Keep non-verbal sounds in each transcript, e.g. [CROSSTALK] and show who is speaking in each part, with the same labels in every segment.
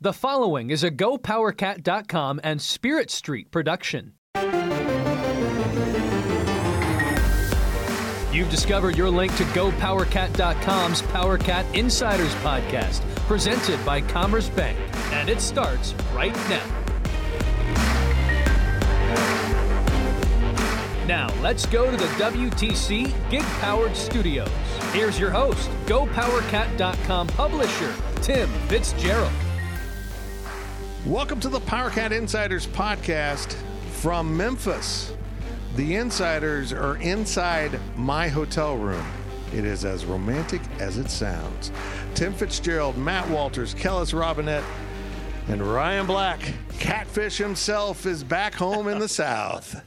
Speaker 1: The following is a GoPowerCat.com and Spirit Street production. You've discovered your link to GoPowerCat.com's PowerCat Insiders Podcast, presented by Commerce Bank, and it starts right now. Now, let's go to the WTC Gig Powered Studios. Here's your host, GoPowerCat.com publisher, Tim Fitzgerald.
Speaker 2: Welcome to the PowerCat Insiders podcast from Memphis. The insiders are inside my hotel room. It is as romantic as it sounds. Tim Fitzgerald, Matt Walters, Kellis Robinette, and Ryan Black, Catfish himself, is back home in the South.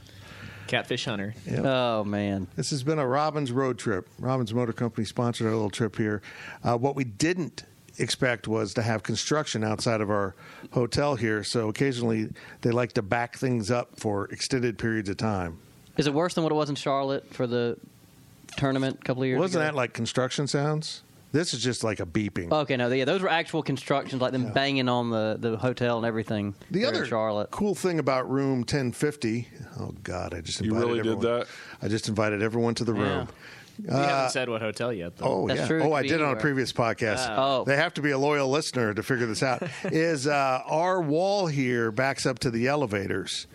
Speaker 3: Catfish Hunter.
Speaker 4: Oh man,
Speaker 2: This has been a Robbins road trip. Robbins Motor Company sponsored our little trip here. Uh, what we didn't expect was to have construction outside of our hotel here. So occasionally they like to back things up for extended periods of time.
Speaker 4: is it worse than what it was in Charlotte for the tournament a couple of years?
Speaker 2: Wasn't that
Speaker 4: ago? Oh,
Speaker 2: like construction sounds? This is just like a beeping.
Speaker 4: Okay, no, yeah, those were actual constructions, like them banging on the, the hotel and everything.
Speaker 2: the
Speaker 4: there in
Speaker 2: other
Speaker 4: Charlotte.
Speaker 2: cool thing about room 1050. Oh God, I just
Speaker 5: You
Speaker 2: invited
Speaker 5: really did
Speaker 2: everyone.
Speaker 5: that?
Speaker 2: I just invited everyone to the room.
Speaker 3: we
Speaker 4: Uh,
Speaker 3: haven't said what hotel yet, though.
Speaker 2: Oh
Speaker 4: That's
Speaker 2: yeah.
Speaker 4: true. It
Speaker 2: Oh,
Speaker 4: could
Speaker 2: I
Speaker 4: be
Speaker 2: did on a
Speaker 4: anywhere.
Speaker 2: previous podcast.
Speaker 4: Oh.
Speaker 2: They have to be a loyal listener to figure this
Speaker 4: [LAUGHS]
Speaker 2: out. is uh, our wall here backs up to the elevators?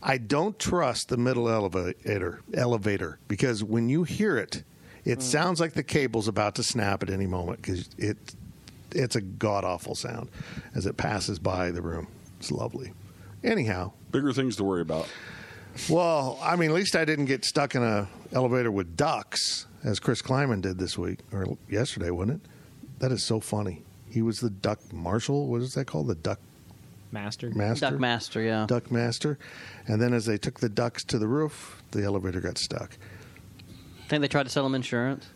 Speaker 2: I don't trust the middle elevator elevator because when you hear it,
Speaker 4: Hmm.
Speaker 2: it sounds like the cable's about to snap at any moment because it it's a god awful sound as it passes by the room. It's lovely. Anyhow,
Speaker 5: Bigger things to worry about.
Speaker 2: well, I mean, at least I didn't get stuck in a elevator with ducks, as Chris Kleiman did this week or yesterday, wasn't it? That is so funny. He was the duck marshal. What is that called? The duck
Speaker 3: Master.
Speaker 2: master.
Speaker 4: Duck Master, yeah.
Speaker 2: Duck master. And then, as they took the ducks to the roof, the elevator got stuck.
Speaker 4: I think they tried to sell him insurance.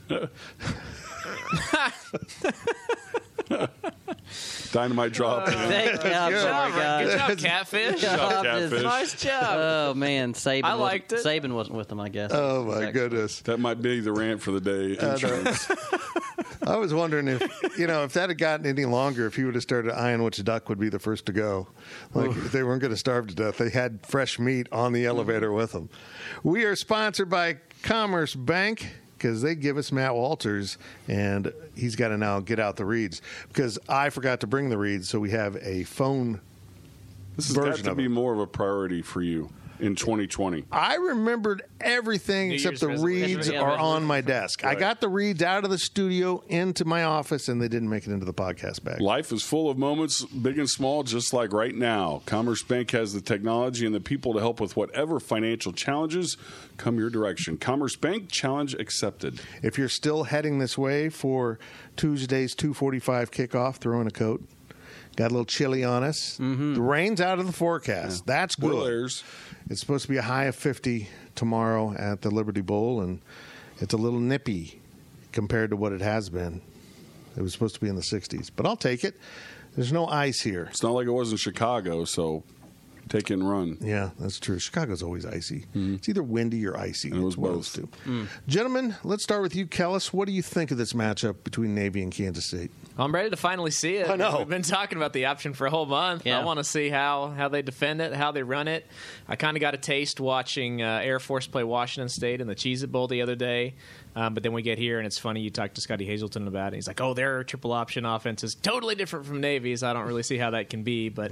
Speaker 5: Dynamite drop.
Speaker 4: Thank
Speaker 2: [LAUGHS]
Speaker 4: God,
Speaker 2: good.
Speaker 4: oh my God.
Speaker 3: Good job, Catfish.
Speaker 4: [LAUGHS] Good job,
Speaker 5: Catfish.
Speaker 4: this-
Speaker 5: Nice
Speaker 3: job.
Speaker 4: Oh man, Saban.
Speaker 3: I
Speaker 4: wasn't-
Speaker 3: liked it.
Speaker 4: Saban wasn't with them, I guess.
Speaker 2: Oh my
Speaker 4: Second.
Speaker 2: goodness!
Speaker 5: that might be the rant for the day. Insurance.
Speaker 2: I was wondering if you know if that had gotten any longer, if he would have started eyeing which duck would be the first to go. Like if they weren't going to starve to death. They had fresh meat on the
Speaker 3: Mm-hmm.
Speaker 2: elevator with them. We are sponsored by Commerce Bank because they give us Matt Walters, and he's got to now get out the reeds because I forgot to bring the reeds, so we have a phone.
Speaker 5: This has
Speaker 2: Version
Speaker 5: got
Speaker 2: of
Speaker 5: to be
Speaker 2: it.
Speaker 5: more of a priority for you in 2020.
Speaker 2: I remembered everything
Speaker 3: New
Speaker 2: except
Speaker 3: Year's
Speaker 2: the
Speaker 3: resolution.
Speaker 2: reeds
Speaker 4: Yeah,
Speaker 2: are on
Speaker 4: resolution.
Speaker 2: my desk. I got the reeds out of the studio into my office, and they didn't make it into the podcast bag.
Speaker 5: Life is full of moments, big and small, just like right now. Commerce Bank has the technology and the people to help with whatever financial challenges come your direction. Commerce Bank challenge accepted.
Speaker 2: If you're still heading this way for Tuesday's 2:45 kickoff, throw in a coat. Got a little chilly on us.
Speaker 5: Mm-hmm.
Speaker 2: The rain's out of the forecast. That's good.
Speaker 5: Will airs.
Speaker 2: It's supposed to be a high of 50 tomorrow at the Liberty Bowl, and it's a little nippy compared to what it has been. It was supposed to be in the 60s, but I'll take it. There's no ice here.
Speaker 5: It's not like it was in Chicago, so take it and run.
Speaker 2: Yeah, that's true. Chicago's always icy. It's either windy or icy.
Speaker 5: Mm-hmm. it was
Speaker 2: It's one of those
Speaker 5: both. Mm.
Speaker 2: two. Gentlemen, let's start with you, Kellis. What do you think of this matchup between Navy and Kansas State?
Speaker 3: I'm ready to finally see it.
Speaker 2: I know.
Speaker 3: We've been talking about the option for a whole month.
Speaker 4: Yeah.
Speaker 3: I want to see how, how they defend it, how they run it. I kind of got a taste watching uh, Air Force play Washington State in the Cheez It Bowl the other day. Um, but then we get here, and it's funny. You talk to Scotty Hazelton about it. He's like, oh, their triple option offense is totally different from Navy's. I don't really see how that can be. But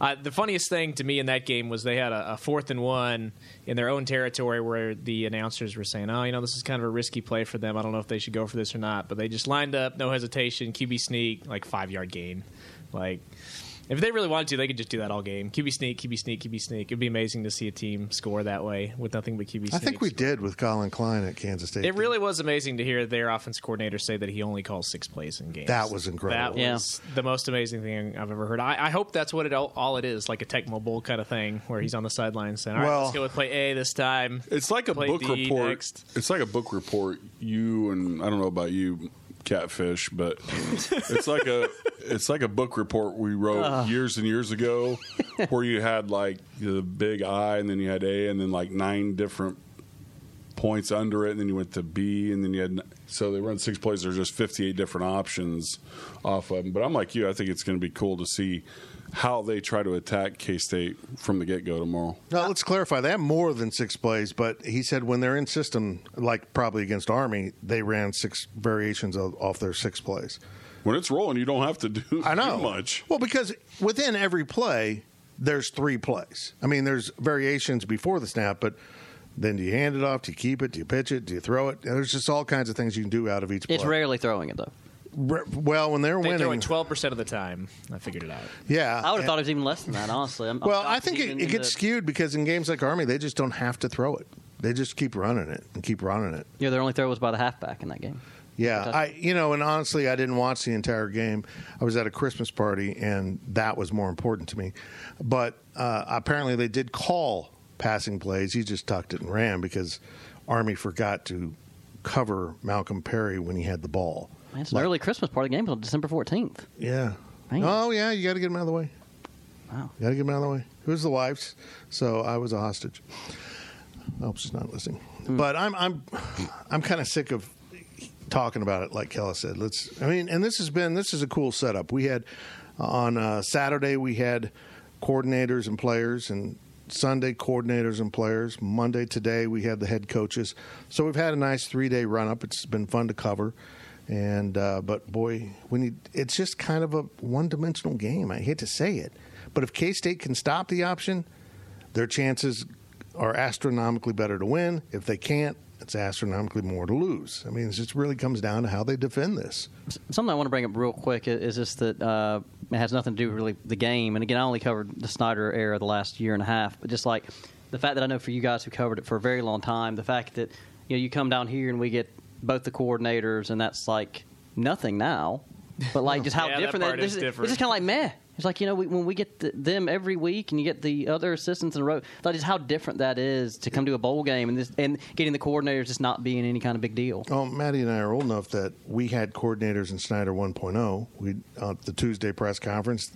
Speaker 3: uh, the funniest thing to me in that game was they had a, a fourth and one in their own territory where the announcers were saying, oh, you know, this is kind of a risky play for them. I don't know if they should go for this or not. But they just lined up, no hesitation, QB sneak, like five yard gain. Like, If they really wanted to, they could just do that all game. QB sneak, QB sneak, QB sneak. It'd be amazing to see a team score that way with nothing but QB sneak.
Speaker 2: I think we did with Colin Klein at Kansas State.
Speaker 3: It really was amazing to hear their offense coordinator say that he only calls six plays in games.
Speaker 2: That was incredible.
Speaker 3: That was the most amazing thing I've ever heard. I, I hope that's what it all, all it is, like a Tecmo Bowl kind of thing, where he's on the sidelines saying, "All right,
Speaker 2: Well-
Speaker 3: let's go with play A this time."
Speaker 5: It's like a
Speaker 3: play
Speaker 5: book
Speaker 3: D
Speaker 5: report.
Speaker 3: next.
Speaker 5: It's like a book report. You and I don't know about you, catfish, but it's like [LAUGHS] a it's like a book report we wrote years and years ago, where you had like the big I, and then you had A, and then like nine different points under it, and then you went to B, and then you had so they run six plays. There's just 58 different options off of them. But I'm like you. I think it's going to be cool to see how they try to attack K State from the get go tomorrow.
Speaker 2: Now, let's clarify. They have more than six plays, but he said when they're in system, like probably against Army, they ran six variations of, off their six plays.
Speaker 5: When it's rolling, you don't have to do
Speaker 2: I know.
Speaker 5: [LAUGHS] too much.
Speaker 2: Well, because within every play, there's three plays. I mean, there's variations before the snap, but then do you hand it off? Do you keep it? Do you pitch it? Do you throw it? There's just all kinds of things you can do out of each play.
Speaker 4: It's rarely throwing it though.
Speaker 2: Re- Well, when they're
Speaker 3: They throw
Speaker 2: winning,
Speaker 3: it twelve percent of the time. I figured it out.
Speaker 2: yeah.
Speaker 4: I would have
Speaker 2: and-
Speaker 4: thought it was even less than that, honestly. I'm, I'm
Speaker 2: Well,
Speaker 4: shocked
Speaker 2: I think
Speaker 4: it's
Speaker 2: it,
Speaker 4: even
Speaker 2: it
Speaker 4: in
Speaker 2: gets
Speaker 4: the-
Speaker 2: skewed because in games like Army, they just don't have to throw it. They just keep running it and keep running it.
Speaker 4: Yeah, their only throw was by the halfback in that game.
Speaker 2: Yeah,
Speaker 4: Touch-
Speaker 2: I you know, and honestly, I didn't watch the entire game. I was at a Christmas party, and that was more important to me. But uh, apparently, they did call passing plays. He just tucked it and ran because Army forgot to cover Malcolm Perry when he had the ball.
Speaker 4: Man, it's an early Christmas party game on December 14th.
Speaker 2: Yeah.
Speaker 4: Man.
Speaker 2: Oh yeah, you got to get him out of the way.
Speaker 4: Wow.
Speaker 2: You got to get him out of the way. It was the wives, so I was a hostage. I hope she's not listening. But I'm I'm I'm kind of sick of talking about it. Like Kella said, let's. I mean, and this has been this is a cool setup. We had on uh, Saturday we had coordinators and players and. Sunday coordinators and players. Monday today we had the head coaches. So we've had a nice three day run up. It's been fun to cover, and uh, but boy, we need. It's just kind of a one dimensional game. I hate to say it, but if K State can stop the option, their chances are astronomically better to win. If they can't, it's astronomically more to lose. I mean, it just really comes down to how they defend this.
Speaker 4: Something I want to bring up real quick i- is just that uh, it has nothing to do with really the game. And again, I only covered the Snyder era the last year and a half, but just like the fact that I know for you guys who covered it for a very long time, the fact that you know you come down here and we get both the coordinators, and that's like nothing now. But like
Speaker 3: [LAUGHS]
Speaker 4: just how
Speaker 3: Yeah, that
Speaker 4: different
Speaker 3: part
Speaker 4: this
Speaker 3: is
Speaker 4: is-
Speaker 3: different.
Speaker 4: It's just kind of like meh. It's like you know we, when we get the, them every week, and you get the other assistants in a row. Like just how different that is to come to a bowl game and this and getting the coordinators just not being any kind of big deal.
Speaker 2: Oh, Maddie and I are old enough that we had coordinators in Snyder 1.0. We uh, the Tuesday press conference,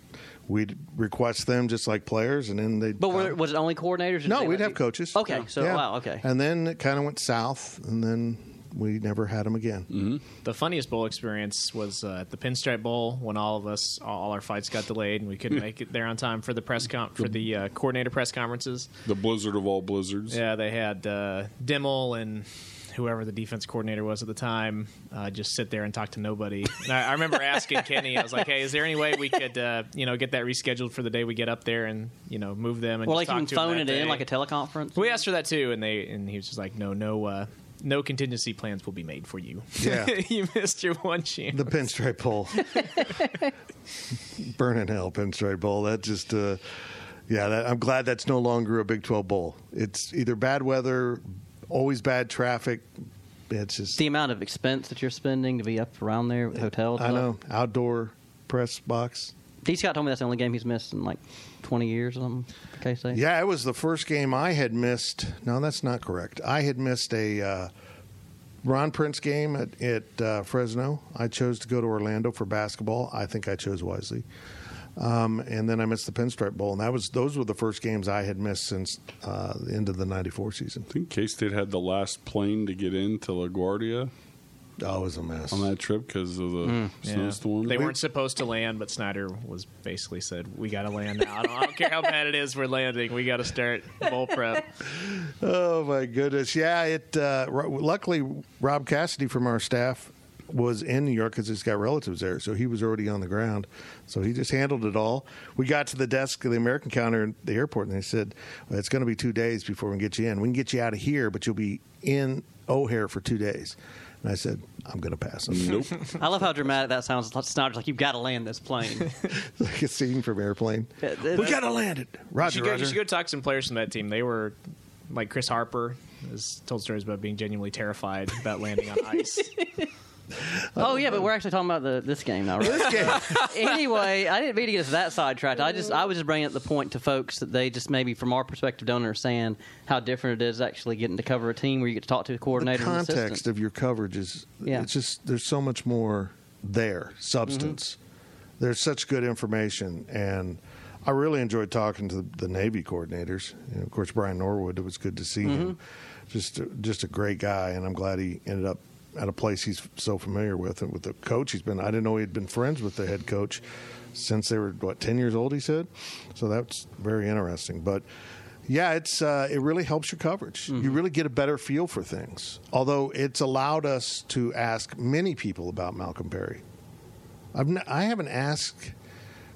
Speaker 2: we'd request them just like players, and then they.
Speaker 4: But were, was it only coordinators? or did
Speaker 2: no,
Speaker 4: they
Speaker 2: we'd
Speaker 4: let
Speaker 2: have
Speaker 4: you-
Speaker 2: coaches.
Speaker 4: Okay,
Speaker 2: Yeah.
Speaker 4: so
Speaker 2: Yeah.
Speaker 4: wow, okay.
Speaker 2: And then it kind of went south, and then we never had them again.
Speaker 3: The funniest bowl experience was uh, at the Pinstripe Bowl when all of us, all our fights got delayed and we couldn't make it there on time for the press con- for the uh, coordinator press conferences.
Speaker 5: The blizzard of all blizzards.
Speaker 3: Yeah, they had uh, Dimmel and whoever the defense coordinator was at the time uh, just sit there and talk to nobody. And I, I remember asking Kenny, I was like, "Hey, is there any way we could, uh, you know, get that rescheduled for the day we get up there and you know move them and
Speaker 4: Well,
Speaker 3: just
Speaker 4: like
Speaker 3: talk
Speaker 4: you can
Speaker 3: to 'em
Speaker 4: phone
Speaker 3: that
Speaker 4: it in
Speaker 3: day?"
Speaker 4: like a teleconference.
Speaker 3: We asked for that too, and they and he was just like, "No, no, uh, no contingency plans will be made for you.
Speaker 2: Yeah.
Speaker 3: [LAUGHS] you missed your one chance."
Speaker 2: The pinstripe bowl. [LAUGHS] Burn in hell, pinstripe bowl. That just, uh, yeah, that, I'm glad that's no longer a Big 12 bowl. It's either bad weather, always bad traffic. It's just,
Speaker 4: the amount of expense that you're spending to be up around there with hotels.
Speaker 2: I know, outdoor press box.
Speaker 4: D. Scott told me that's the only game he's missed in like 20 years or something. Okay, say.
Speaker 2: Yeah, it was the first game I had missed. No, that's not correct. I had missed a uh, Ron Prince game at, at uh, Fresno. I chose to go to Orlando for basketball. I think I chose wisely. Um, and then I missed the Pinstripe Bowl, and that was those were the first games I had missed since uh, the end of the '94 season.
Speaker 5: I think K State had the last plane to get into LaGuardia
Speaker 2: Oh, it was a mess.
Speaker 5: on that trip because of the
Speaker 3: Yeah.
Speaker 5: snowstorm.
Speaker 3: They weren't supposed to land, but Snyder was basically said, "We got to land now. I don't, I don't care how bad it is. We're landing. We got to start bowl [LAUGHS] prep."
Speaker 2: Oh my goodness! Yeah, it. Uh, ru- luckily, Rob Cassidy from our staff was in New York because he's got relatives there, so he was already on the ground. So he just handled it all. We got to the desk of the American counter at the airport, and they said "Well, it's going to be two days before we can get you in. We can get you out of here, but you'll be in O'Hare for two days. And I said, I'm going to pass him.
Speaker 5: Nope.
Speaker 4: I love how dramatic that sounds. Snyder's like, you've got to land
Speaker 2: [LAUGHS]
Speaker 4: this plane.
Speaker 2: [LAUGHS] It's like a scene from Airplane.
Speaker 4: Yeah,
Speaker 2: we
Speaker 4: that-
Speaker 2: got to land it.
Speaker 3: You
Speaker 2: Roger,
Speaker 3: should, go, you
Speaker 2: Roger.
Speaker 3: should go talk to some players from that team. They were like Chris Harper has told stories about being genuinely terrified about landing on [LAUGHS] ice.
Speaker 4: oh yeah, but we're actually talking about the, this game now, right?
Speaker 2: This game-
Speaker 4: [LAUGHS] anyway, I didn't mean to get us that sidetracked. I just I was just bringing up the point to folks that they just maybe from our perspective don't understand how different it is actually getting to cover a team where you get to talk to a
Speaker 2: the
Speaker 4: coordinator. and assistant.
Speaker 2: context of your coverage is
Speaker 4: Yeah.
Speaker 2: it's just there's so much more there substance
Speaker 3: Mm-hmm.
Speaker 2: there's such good information and i really enjoyed talking to the, the navy coordinators and of course brian norwood it was good to see him just a- just a great guy and i'm glad he ended up at a place he's so familiar with and with the coach he's been i didn't know he had been friends with the head coach since they were what 10 years old he said so that's very interesting but yeah, it's uh, it really helps your coverage. You really get a better feel for things. Although it's allowed us to ask many people about Malcolm Perry. I've n- I haven't asked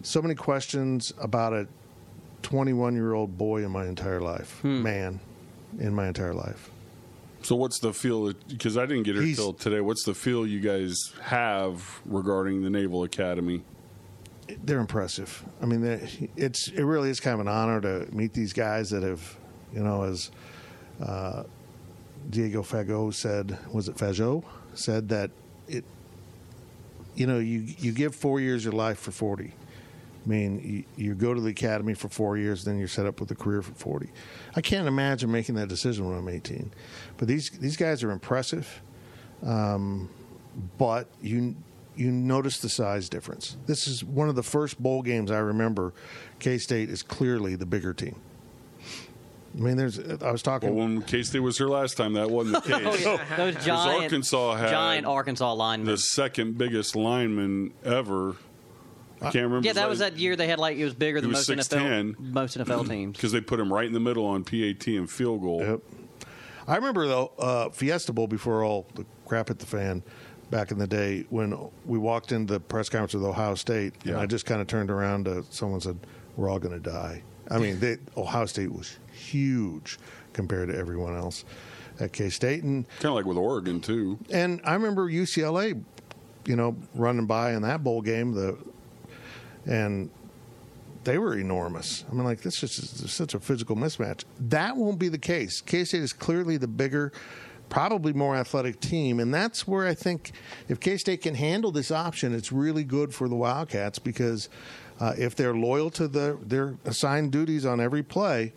Speaker 2: so many questions about a 21 year old boy in my entire life, man, in my entire life.
Speaker 5: So what's the feel? Because I didn't get it
Speaker 2: He's-
Speaker 5: till today. What's the feel you guys have regarding the Naval Academy?
Speaker 2: they're impressive. I mean, they're- it's it really is kind of an honor to meet these guys that have, you know, as uh, Diego Fago said, was it Fago said that it, you know, you you give four years of your life for forty. I mean, you, you go to the academy for four years, then you're set up with a career for forty. I can't imagine making that decision when I'm 18, but these these guys are impressive um, but you you notice the size difference. This is one of the first bowl games I remember. K State is clearly the bigger team. I mean, there's. I was
Speaker 5: Well,
Speaker 2: talking.
Speaker 5: when K State was here last time, that
Speaker 4: [LAUGHS]
Speaker 5: wasn't the
Speaker 4: Oh,
Speaker 5: case.
Speaker 4: Those giant
Speaker 5: Arkansas had
Speaker 4: giant Arkansas linemen.
Speaker 5: The second biggest lineman ever. I can't remember.
Speaker 4: Yeah, that was that year they had like it was bigger than
Speaker 5: was
Speaker 4: most NFL
Speaker 5: 6'10".
Speaker 4: most NFL teams.
Speaker 5: because they put him right in the middle on PAT and field goal.
Speaker 2: Yep. I remember though uh, Fiesta Bowl before all the crap hit the fan back in the day when we walked into the press conference with Ohio State, and
Speaker 5: Yeah.
Speaker 2: I just kind of turned around to someone and said, "We're all going to die." I mean, they, Ohio State was huge compared to everyone else at K State, and
Speaker 5: Kind of like with Oregon too.
Speaker 2: And I remember UCLA, you know, running by in that bowl game. The and they were enormous. I mean, like this is just such a physical mismatch. That won't be the case. K State is clearly the bigger, probably more athletic team, and that's where I think if K State can handle this option, it's really good for the Wildcats because uh, if they're loyal to the, their assigned duties on every play.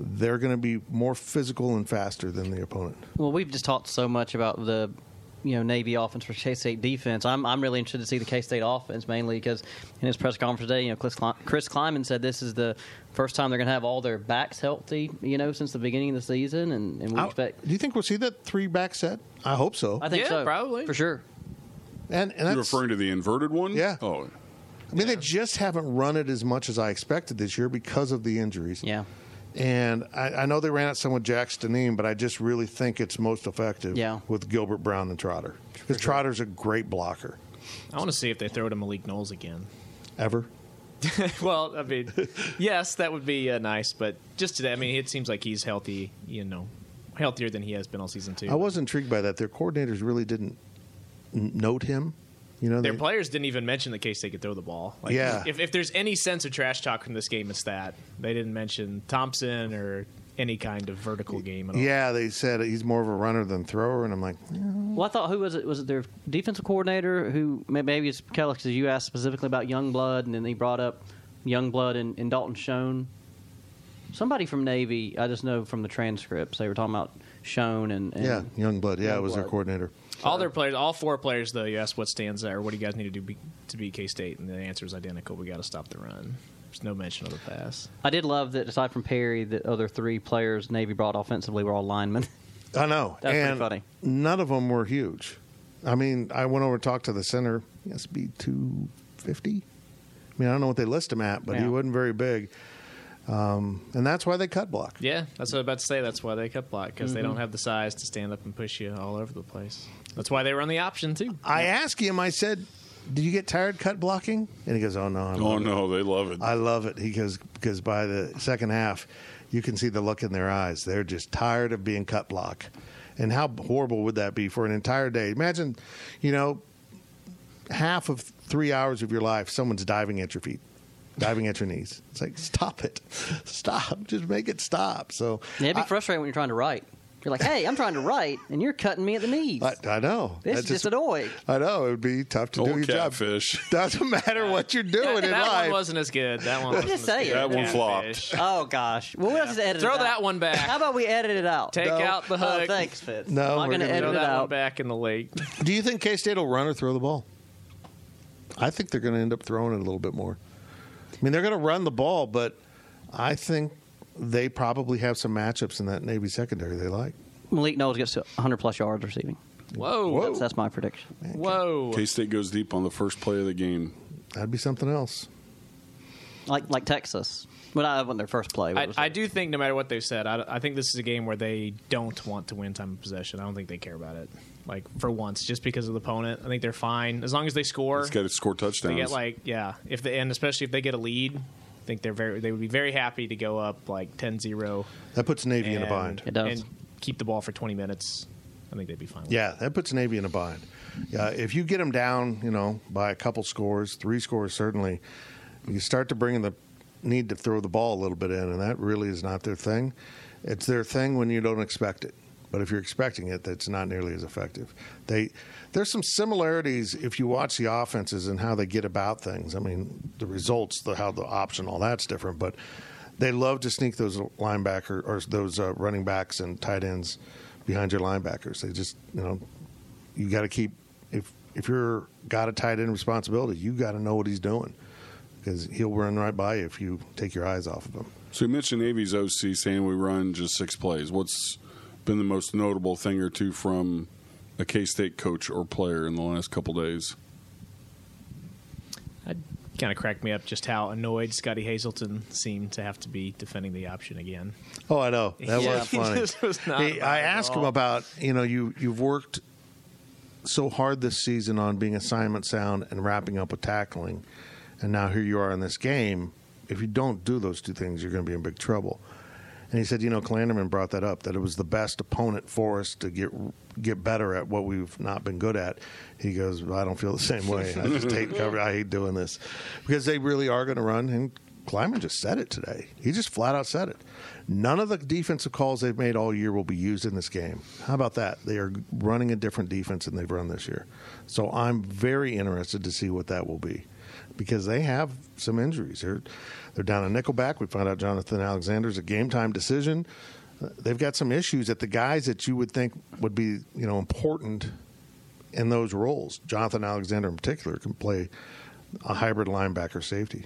Speaker 2: They're going to be more physical and faster than the opponent.
Speaker 4: Well, we've just talked so much about the you know Navy offense versus K State defense. I'm I'm really interested to see the K State offense mainly because in his press conference today, you know Chris Kli- Chris Kleiman said this is the first time they're going to have all their backs healthy, you know, since the beginning of the season, and, and we
Speaker 2: I-
Speaker 4: expect.
Speaker 2: do you think we'll see that three back set? I hope so.
Speaker 4: I think
Speaker 3: Yeah,
Speaker 4: so,
Speaker 3: probably.
Speaker 4: for sure.
Speaker 2: and and that's,
Speaker 5: You're referring to the inverted one?
Speaker 2: Yeah.
Speaker 5: Oh,
Speaker 2: I mean, they just haven't run it as much as I expected this year because of the injuries.
Speaker 4: Yeah,
Speaker 2: And I, I know they ran at some with Jack Stanine, but I just really think it's most effective
Speaker 4: Yeah.
Speaker 2: with Gilbert Brown and Trotter. Because Trotter's a great blocker.
Speaker 3: I want to see if they throw to Malik Knowles again.
Speaker 2: Ever?
Speaker 3: [LAUGHS] Well, I mean, yes, that would be uh, nice, but just today, I mean, it seems like he's healthy. You know, healthier than he has been all season too.
Speaker 2: I was intrigued by that. Their coordinators really didn't n- note him. You know,
Speaker 3: Their
Speaker 2: they-
Speaker 3: players didn't even mention the case they could throw the ball. Like,
Speaker 2: Yeah.
Speaker 3: If, if there's any sense of trash talk from this game, it's that they didn't mention Thompson or any kind of vertical game at all.
Speaker 2: Yeah, they said he's more of a runner than thrower, and I'm like,
Speaker 4: Well, I thought who was it? Was it their defensive coordinator who may- maybe it's Kelly because you asked specifically about young blood, and then he brought up young blood and, and Dalton Schoen. Somebody from Navy, I just know from the transcripts they were talking about Schoen and, and
Speaker 2: yeah, Youngblood. Yeah, it was
Speaker 4: Youngblood.
Speaker 2: their coordinator.
Speaker 3: All their players, all four players, though, you asked what stands there, what do you guys need to do be, to be K State, and the answer is identical. We got to stop the run. There's no mention of the pass.
Speaker 4: I did love that aside from Perry, the other three players Navy brought offensively were all linemen. [LAUGHS]
Speaker 2: I know.
Speaker 4: That's pretty
Speaker 2: and
Speaker 4: funny.
Speaker 2: None of them were huge. I mean, I went over and talked to the center. Yes, be two fifty. I mean, I don't know what they list him at, but he
Speaker 4: Yeah.
Speaker 2: wasn't very big. Um, and that's why they cut block.
Speaker 3: Yeah, that's what I was about to say. That's why they cut block because
Speaker 2: Mm-hmm.
Speaker 3: they don't have the size to stand up and push you all over the place. That's why they run the option too.
Speaker 2: I asked him. I said, "Did you get tired cut blocking?" And he goes, "Oh no, I love
Speaker 5: oh
Speaker 2: it."
Speaker 5: no, they love it.
Speaker 2: I love it." He goes because by the second half, you can see the look in their eyes. They're just tired of being cut block, And how horrible would that be for an entire day? Imagine, you know, half of three hours of your life, someone's diving at your feet, diving at your knees. It's like, stop it. [LAUGHS] Stop. Just make it stop. So
Speaker 4: Yeah, it'd be
Speaker 2: I-
Speaker 4: frustrating when you're trying to write. You're like, hey, I'm trying to write, and you're cutting me at the knees.
Speaker 2: I, I know.
Speaker 4: this
Speaker 2: That
Speaker 4: is just annoying.
Speaker 2: I know. It would be tough to do
Speaker 5: Old
Speaker 2: your job.
Speaker 5: catfish.
Speaker 2: Doesn't matter what
Speaker 4: [LAUGHS]
Speaker 2: you're
Speaker 3: That,
Speaker 2: doing in
Speaker 3: [LAUGHS] that
Speaker 2: life.
Speaker 3: one wasn't as good. That one. Wasn't
Speaker 4: just
Speaker 3: as
Speaker 4: saying.
Speaker 3: good.
Speaker 4: That
Speaker 5: one flopped.
Speaker 3: Catfish.
Speaker 4: Oh gosh. Well, we'll just edit. it
Speaker 3: Throw
Speaker 4: out.
Speaker 3: that one back.
Speaker 4: How about we edit it out?
Speaker 3: Take
Speaker 2: No.
Speaker 3: out the
Speaker 4: Oh,
Speaker 3: hook.
Speaker 4: thanks, Fitz.
Speaker 2: No,
Speaker 4: I'm
Speaker 2: we're
Speaker 4: going to
Speaker 2: gonna
Speaker 4: edit
Speaker 3: Throw
Speaker 4: it
Speaker 3: that one
Speaker 4: out.
Speaker 3: back in the lake.
Speaker 2: Do you think K State will run or throw the ball? I think they're going to end up throwing it a little bit more. I mean, they're going to run the ball, but I think they probably have some matchups in that Navy secondary they like.
Speaker 4: Malik Knowles gets to 100 plus yards receiving.
Speaker 3: Whoa.
Speaker 4: That's, that's my prediction.
Speaker 3: Whoa.
Speaker 5: K State goes deep on the first play of the game.
Speaker 2: That'd be something else.
Speaker 4: Like like Texas. Well, I wasn't their first play. but it
Speaker 3: I,
Speaker 4: was-
Speaker 3: I do think no matter what they've said, I, I think this is a game where they don't want to win time of possession. I don't think they care about it. Like for once, just because of the opponent, I think they're fine as long as they score.
Speaker 5: It's got to score touchdowns.
Speaker 3: They get like yeah, if they and especially if they get a lead, I think they're very they would be very happy to go up like 10-0
Speaker 2: That puts Navy in
Speaker 3: and,
Speaker 2: a bind.
Speaker 4: It does.
Speaker 3: and keep the ball for twenty minutes. I think they'd be fine. With
Speaker 2: Yeah, that puts Navy in a bind. Yeah, if you get them down, you know, by a couple scores, three scores certainly, you start to bring in the need to throw the ball a little bit in, and that really is not their thing. It's their thing when you don't expect it. But if you're expecting it, that's not nearly as effective. They there's some similarities if you watch the offenses and how they get about things. I mean, the results, the how the option, all that's different, but they love to sneak those linebacker or those uh, running backs and tight ends behind your linebackers. They just, you know, you got to keep if if you're got a tight end responsibility, you got to know what he's doing because he'll run right by you if you take your eyes off of him.
Speaker 5: So you mentioned Navy's OC saying we run just six plays. What's been the most notable thing or two from a K State coach or player in the last couple days?
Speaker 3: That kind of cracked me up just how annoyed Scotty Hazelton seemed to have to be defending the option again.
Speaker 2: Oh, I know that
Speaker 3: Yeah. [LAUGHS]
Speaker 2: was funny.
Speaker 3: This was not
Speaker 2: Hey,
Speaker 3: about
Speaker 2: I
Speaker 3: it at
Speaker 2: asked him
Speaker 3: all.
Speaker 2: about you know you you've worked so hard this season on being assignment sound and wrapping up with tackling, and now here you are in this game. If you don't do those two things, you're going to be in big trouble. And he said, you know, Klanderman brought that up that it was the best opponent for us to get get better at what we've not been good at. He goes, well, I don't feel the same way. I just hate cover. I hate doing this because they really are going to run. And Kleiman just said it today. He just flat out said it. None of the defensive calls they've made all year will be used in this game. How about that? They are running a different defense than they've run this year. So I'm very interested to see what that will be because they have some injuries. They're they're down a nickelback. We found out Jonathan Alexander's a game time decision. Uh, They've got some issues at the guys that you would think would be you know important in those roles. Jonathan Alexander in particular can play a hybrid linebacker safety.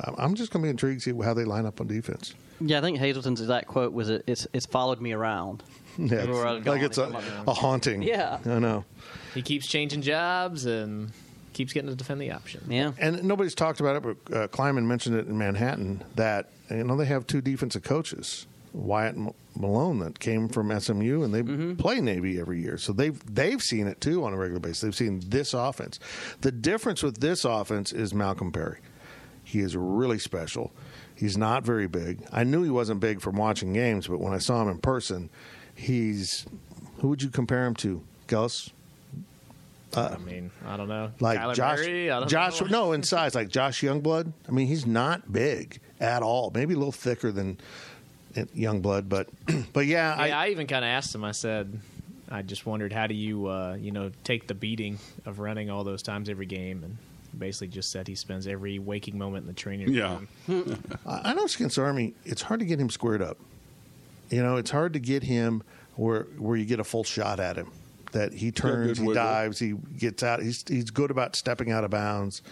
Speaker 2: I'm- I'm just going to be intrigued to see how they line up on defense. [LAUGHS]
Speaker 4: yeah, I think Hazelton's exact quote was, it, "It's it's followed me around."
Speaker 2: Yeah, it's-
Speaker 4: Colorado
Speaker 2: like
Speaker 4: gone,
Speaker 2: it's
Speaker 4: they
Speaker 2: a,
Speaker 4: come up now.
Speaker 2: a haunting.
Speaker 4: Yeah.
Speaker 2: I know.
Speaker 3: He keeps changing jobs and keeps getting to defend the option.
Speaker 4: Yeah,
Speaker 2: and nobody's talked about it, but uh, Kleiman mentioned it in Manhattan that you know they have two defensive coaches, Wyatt and M- Malone, that came from SMU, and they play Navy every year, so they've they've seen it too on a regular basis. They've seen this offense. The difference with this offense is Malcolm Perry. He is really special. He's not very big. I knew he wasn't big from watching games, but when I saw him in person, he's who would you compare him to? Gus?
Speaker 3: I mean, I don't know.
Speaker 2: Um, like
Speaker 3: Kyler
Speaker 2: Josh,
Speaker 3: Murray, I don't
Speaker 2: Josh,
Speaker 3: know.
Speaker 2: no, in size, like Josh Youngblood. I mean, he's not big at all. Maybe a little thicker than uh, Youngblood, but [CLEARS THROAT] but yeah,
Speaker 3: Yeah,
Speaker 2: I,
Speaker 3: I, even kind of asked him. I said, I just wondered how do you, uh, you know, take the beating of running all those times every game, and basically just said he spends every waking moment in the training
Speaker 5: Yeah.
Speaker 2: Um,
Speaker 3: room.
Speaker 2: I, I know Skinner Army. It's hard to get him squared up. You know, it's hard to get him where where you get a full shot at him. That he turns, he
Speaker 5: wiggle.
Speaker 2: dives, he gets out. He's he's good about stepping out of bounds.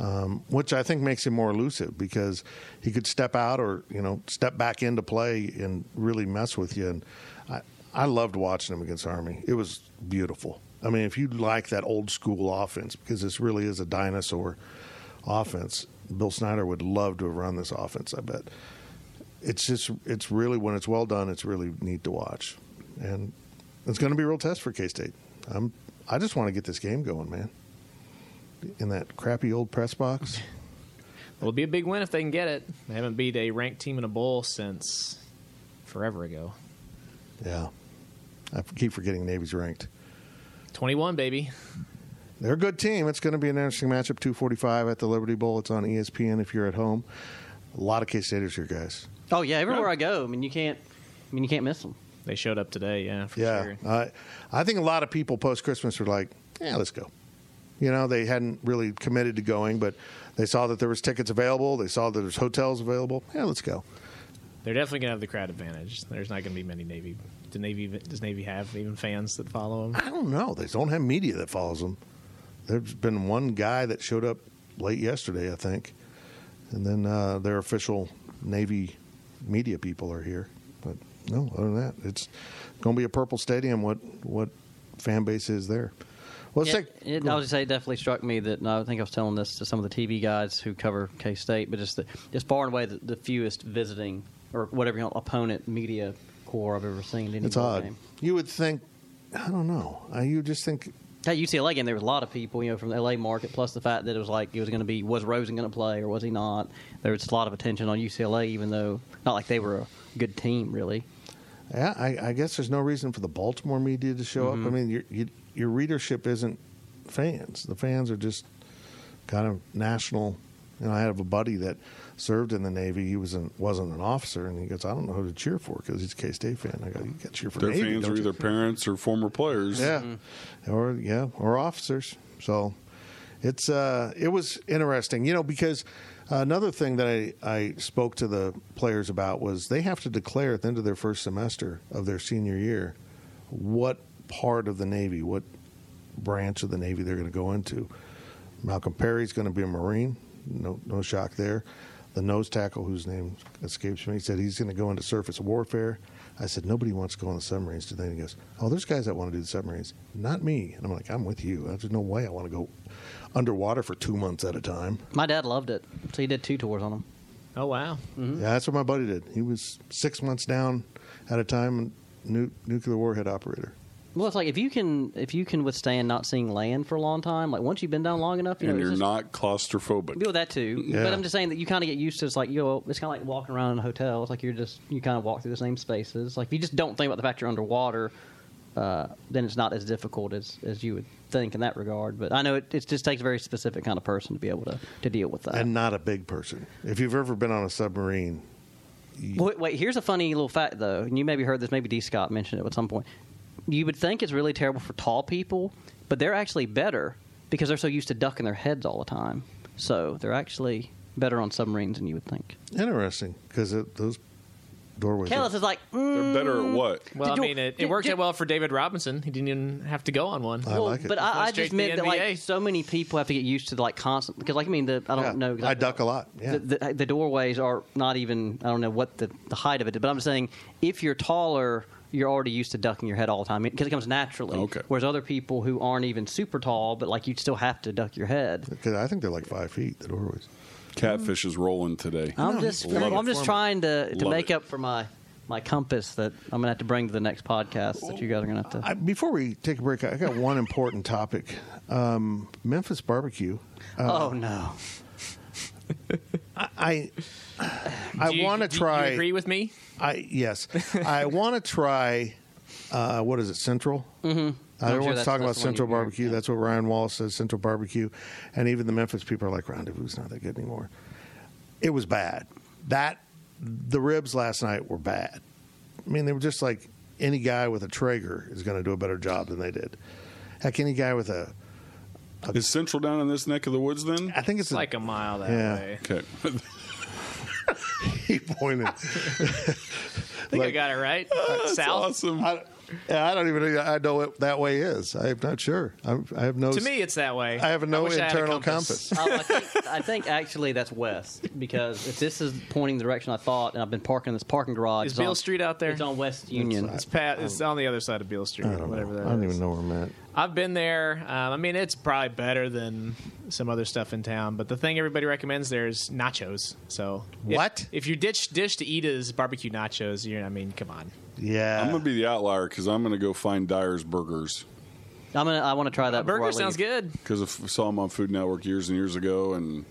Speaker 2: um, which I think makes him more elusive because he could step out or you know step back into play and really mess with you. And I, I loved watching him against Army. It was beautiful. I mean, if you like that old school offense, because this really is a dinosaur offense, Bill Snyder would love to have run this offense. I bet it's just it's really when it's well done, it's really neat to watch, and it's going to be a real test for K State. I'm I just want to get this game going, man. In that crappy old press box.
Speaker 3: It'll be a big win if they can get it. They haven't beat a ranked team in a bowl since forever ago.
Speaker 2: Yeah. I keep forgetting Navy's ranked.
Speaker 3: 21, baby.
Speaker 2: They're a good team. It's going to be an interesting matchup. Two forty-five at the Liberty Bowl. It's on E ESPN if you're at home. A lot of K Staters here, guys.
Speaker 4: Oh yeah, everywhere I go, I mean you can't, I mean you can't miss them.
Speaker 3: They showed up today, yeah, for
Speaker 2: Yeah,
Speaker 3: sure.
Speaker 2: I I think a lot of people post Christmas were like, "Yeah, let's go." You know, they hadn't really committed to going, but they saw that there was tickets available. They saw that there's hotels available. Yeah, let's go.
Speaker 3: They're definitely gonna have the crowd advantage. There's not gonna be many Navy. Do Navy does Navy have even fans that follow them?
Speaker 2: I don't know. They don't have media that follows them. There's been one guy that showed up late yesterday, I think, and then uh, their official Navy media people are here. But no, other than that, it's going to be a purple stadium. What what fan base is there? Well, let's
Speaker 4: Yeah,
Speaker 2: take-
Speaker 4: it, I would say it definitely struck me that and I think I was telling this to some of the TV guys who cover K State, but just the, just far and away the, the fewest visiting or whatever you know, opponent media corps I've ever seen. In any
Speaker 2: It's
Speaker 4: bowl
Speaker 2: odd.
Speaker 4: Game.
Speaker 2: You would think, I don't know. Uh, you just think,
Speaker 4: That UCLA game, there was a lot of people, you know, from the LA market. Plus the fact that it was like it was going to be was Rosen going to play or was he not? There was a lot of attention on UCLA, even though not like they were a good team, really.
Speaker 2: yeah, I, I guess there's no reason for the Baltimore media to show up. I mean, your you, your readership isn't fans. The fans are just kind of national. You know, I have a buddy that served in the Navy. He was an, wasn't an officer, and he goes, "I don't know who to cheer for because he's a K State fan." I go, "You got to cheer for
Speaker 5: Their
Speaker 2: Navy,
Speaker 5: fans
Speaker 2: don't
Speaker 5: are
Speaker 2: you?"
Speaker 5: either parents or former players.
Speaker 2: Yeah, or yeah, or officers. So it's uh, it was interesting, you know, because another thing that I I spoke to the players about was they have to declare at the end of their first semester of their senior year what part of the Navy, what branch of the Navy they're going to go into. Malcolm Perry's going to be a Marine. No, no shock there. The nose tackle, whose name escapes me, said he's going to go into surface warfare. I said nobody wants to go on the submarines. do they? And he goes, "Oh, there's guys that want to do the submarines, not me." And I'm like, "I'm with you. There's no way I want to go underwater for two months at a time."
Speaker 4: My dad loved it, so he did two tours on them.
Speaker 3: Oh wow,
Speaker 2: Yeah, that's what my buddy did. He was six months down at a time, nu- nuclear warhead operator.
Speaker 4: Well, it's like if you can if you can withstand not seeing land for a long time, like once you've been down long enough, you
Speaker 5: And
Speaker 4: know,
Speaker 5: you're
Speaker 4: it's just,
Speaker 5: not claustrophobic.
Speaker 4: You know that too,
Speaker 2: Yeah.
Speaker 4: but I'm just saying that you kind of get used to. It's like you know, it's kind of like walking around in a hotel. It's like you're just you kind of walk through the same spaces. Like if you just don't think about the fact you're underwater, uh, then it's not as difficult as, as you would think in that regard. But I know it, it just takes a very specific kind of person to be able to, to deal with that.
Speaker 2: and not a big person. If you've ever been on a submarine,
Speaker 4: Wait, wait, here's a funny little fact, though. And you maybe heard this. Maybe D. Scott mentioned it at some point. You would think it's really terrible for tall people, but they're actually better because they're so used to ducking their heads all the time. So they're actually better on submarines than you would think.
Speaker 2: interesting because those doorways.
Speaker 4: Kellis is like, mm,
Speaker 5: They're better at what?
Speaker 3: Well,
Speaker 4: Did
Speaker 3: I
Speaker 4: you-
Speaker 3: mean, it, it
Speaker 4: did-
Speaker 3: worked
Speaker 4: did-
Speaker 3: out well for David Robinson. He didn't even have to go on one.
Speaker 2: I
Speaker 4: well,
Speaker 2: like it.
Speaker 4: but
Speaker 3: Just
Speaker 4: I,
Speaker 3: went
Speaker 4: I
Speaker 3: straight
Speaker 4: just
Speaker 3: to
Speaker 4: meant
Speaker 3: the
Speaker 4: that like
Speaker 3: NBA.
Speaker 4: so many people have to get used to like constant because like I mean the I don't
Speaker 2: Yeah.
Speaker 4: know.
Speaker 2: I duck a lot. Yeah.
Speaker 4: The, the, the doorways are not even I don't know what the, the height of it, is, but I'm saying if you're taller, you're already used to ducking your head all the time because it comes naturally.
Speaker 2: Oh,
Speaker 5: Okay.
Speaker 4: Whereas other people who aren't even super tall, but like you'd still have to duck your head.
Speaker 2: Because I think they're like five feet. The doorways.
Speaker 5: Catfish is rolling today.
Speaker 4: I'm just
Speaker 5: he's
Speaker 4: I'm just
Speaker 5: former.
Speaker 4: trying to to
Speaker 5: Love
Speaker 4: make
Speaker 5: it.
Speaker 4: up for my my compass that I'm gonna have to bring to the next podcast that you guys are gonna have to.
Speaker 2: I, before we take a break, I got one important topic: um, Memphis barbecue. uh,
Speaker 4: oh no.
Speaker 2: I I
Speaker 3: Do you-
Speaker 2: want to
Speaker 3: do you-
Speaker 2: try.
Speaker 3: You agree with me?
Speaker 2: I yes, I want to try. Uh, what is it? Central. Mm-hmm.
Speaker 4: I'm sure
Speaker 2: Everyone's
Speaker 4: that's-
Speaker 2: talking about
Speaker 4: that's the one
Speaker 2: Central
Speaker 4: you- you're-
Speaker 2: Barbecue. That's what Ryan Wallace says. Central Barbecue, and even the Memphis people are like, Rendezvou's not that good anymore. It was bad. That the ribs last night were bad. I mean, they were just like any guy with a Traeger is going to do a better job than they did. Heck, any guy with a
Speaker 5: Is Central down in this neck of the woods then?
Speaker 2: I think it's,
Speaker 3: It's
Speaker 2: [LAUGHS]
Speaker 3: like a mile that
Speaker 2: Yeah.
Speaker 3: way.
Speaker 5: Okay. [LAUGHS]
Speaker 2: he pointed.
Speaker 3: I think I
Speaker 2: Like-
Speaker 3: got
Speaker 2: [LAUGHS]
Speaker 3: it right. South.
Speaker 5: awesome.
Speaker 2: I, I don't even I know what that way is. I'm not sure. I'm, I have no
Speaker 3: To me, it's that way.
Speaker 2: I have no
Speaker 3: wish I had a
Speaker 2: internal
Speaker 3: compass.
Speaker 4: Oh, I, think, I think actually that's west because if this is pointing the direction I thought, and I've been parking in this parking garage.
Speaker 3: Is
Speaker 4: it's
Speaker 3: Beale
Speaker 4: on-
Speaker 3: Street out there?
Speaker 4: It's on West Union.
Speaker 3: It's, pat, it's on the other side of Beale Street,
Speaker 2: I don't,
Speaker 3: whatever
Speaker 2: know.
Speaker 3: that
Speaker 2: I don't
Speaker 3: is.
Speaker 2: even know where I'm at.
Speaker 3: I've been there. Um, I mean, it's probably better than some other stuff in town. But the thing everybody recommends there is nachos. So if-
Speaker 2: What?
Speaker 3: if your ditch dish to eat is barbecue nachos? You're, I mean, come on.
Speaker 2: Yeah.
Speaker 5: I'm gonna be the outlier because I'm gonna go find Dyer's Burgers
Speaker 4: I'm gonna. I want to try that. before I
Speaker 3: Burger
Speaker 4: leave.
Speaker 3: sounds good.
Speaker 5: because I f- saw them on Food Network years and years ago, and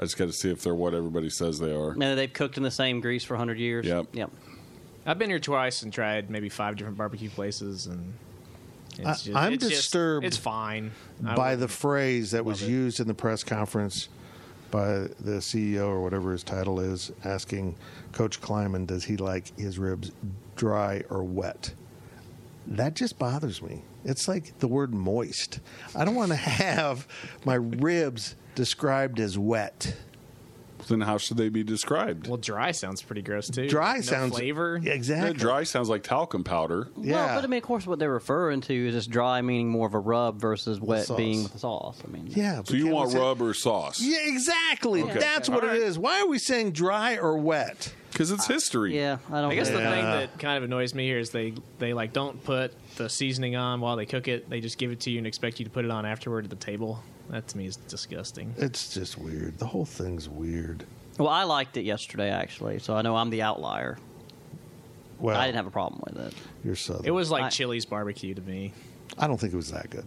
Speaker 5: I just got to see if they're what everybody says they are.
Speaker 4: And they've cooked in the same grease for hundred years.
Speaker 5: Yep.
Speaker 4: Yep.
Speaker 3: I I've been here twice and tried maybe five different barbecue places, and it's
Speaker 2: I-
Speaker 3: just,
Speaker 2: I'm
Speaker 3: it's just-
Speaker 2: disturbed
Speaker 3: it's fine. I
Speaker 2: by
Speaker 3: would-
Speaker 2: the phrase that was
Speaker 3: Love it.
Speaker 2: used in the press conference by the CEO or whatever his title is, asking Coach Kleiman, does he like his ribs dry or wet? That just bothers me. It's like the word moist. I don't want to have my ribs described as wet.
Speaker 5: Then how should they be described?
Speaker 3: well, dry sounds pretty gross too.
Speaker 2: Dry
Speaker 3: No
Speaker 2: sounds
Speaker 3: flavor.
Speaker 5: Yeah,
Speaker 2: Exactly.
Speaker 5: dry sounds like talcum powder.
Speaker 2: Yeah.
Speaker 4: Well, but I mean, of course, what they're referring to is just dry, meaning more of a rub versus wet
Speaker 2: sauce.
Speaker 4: being with the sauce. I mean,
Speaker 2: Yeah. but
Speaker 5: So you
Speaker 2: can't we
Speaker 5: want
Speaker 2: say-
Speaker 5: rub or sauce?
Speaker 2: Yeah, exactly. That's what it is. Why are we saying dry or wet?
Speaker 5: Because it's history.
Speaker 4: yeah. I don't.
Speaker 3: I guess the
Speaker 4: really-
Speaker 3: thing that kind of annoys me here is they they like don't put the seasoning on while they cook it. They just give it to you and expect you to put it on afterward at the table. That to me is disgusting.
Speaker 2: It's just weird. The whole thing's weird.
Speaker 4: Well, I liked it yesterday actually, so I know I'm the outlier.
Speaker 2: Well,
Speaker 4: I didn't have a problem with
Speaker 2: [LAUGHS]
Speaker 4: it.
Speaker 2: You're southern.
Speaker 3: It was like
Speaker 4: I-
Speaker 3: Chili's barbecue to me.
Speaker 2: I don't think it was that
Speaker 4: [LAUGHS]
Speaker 2: good.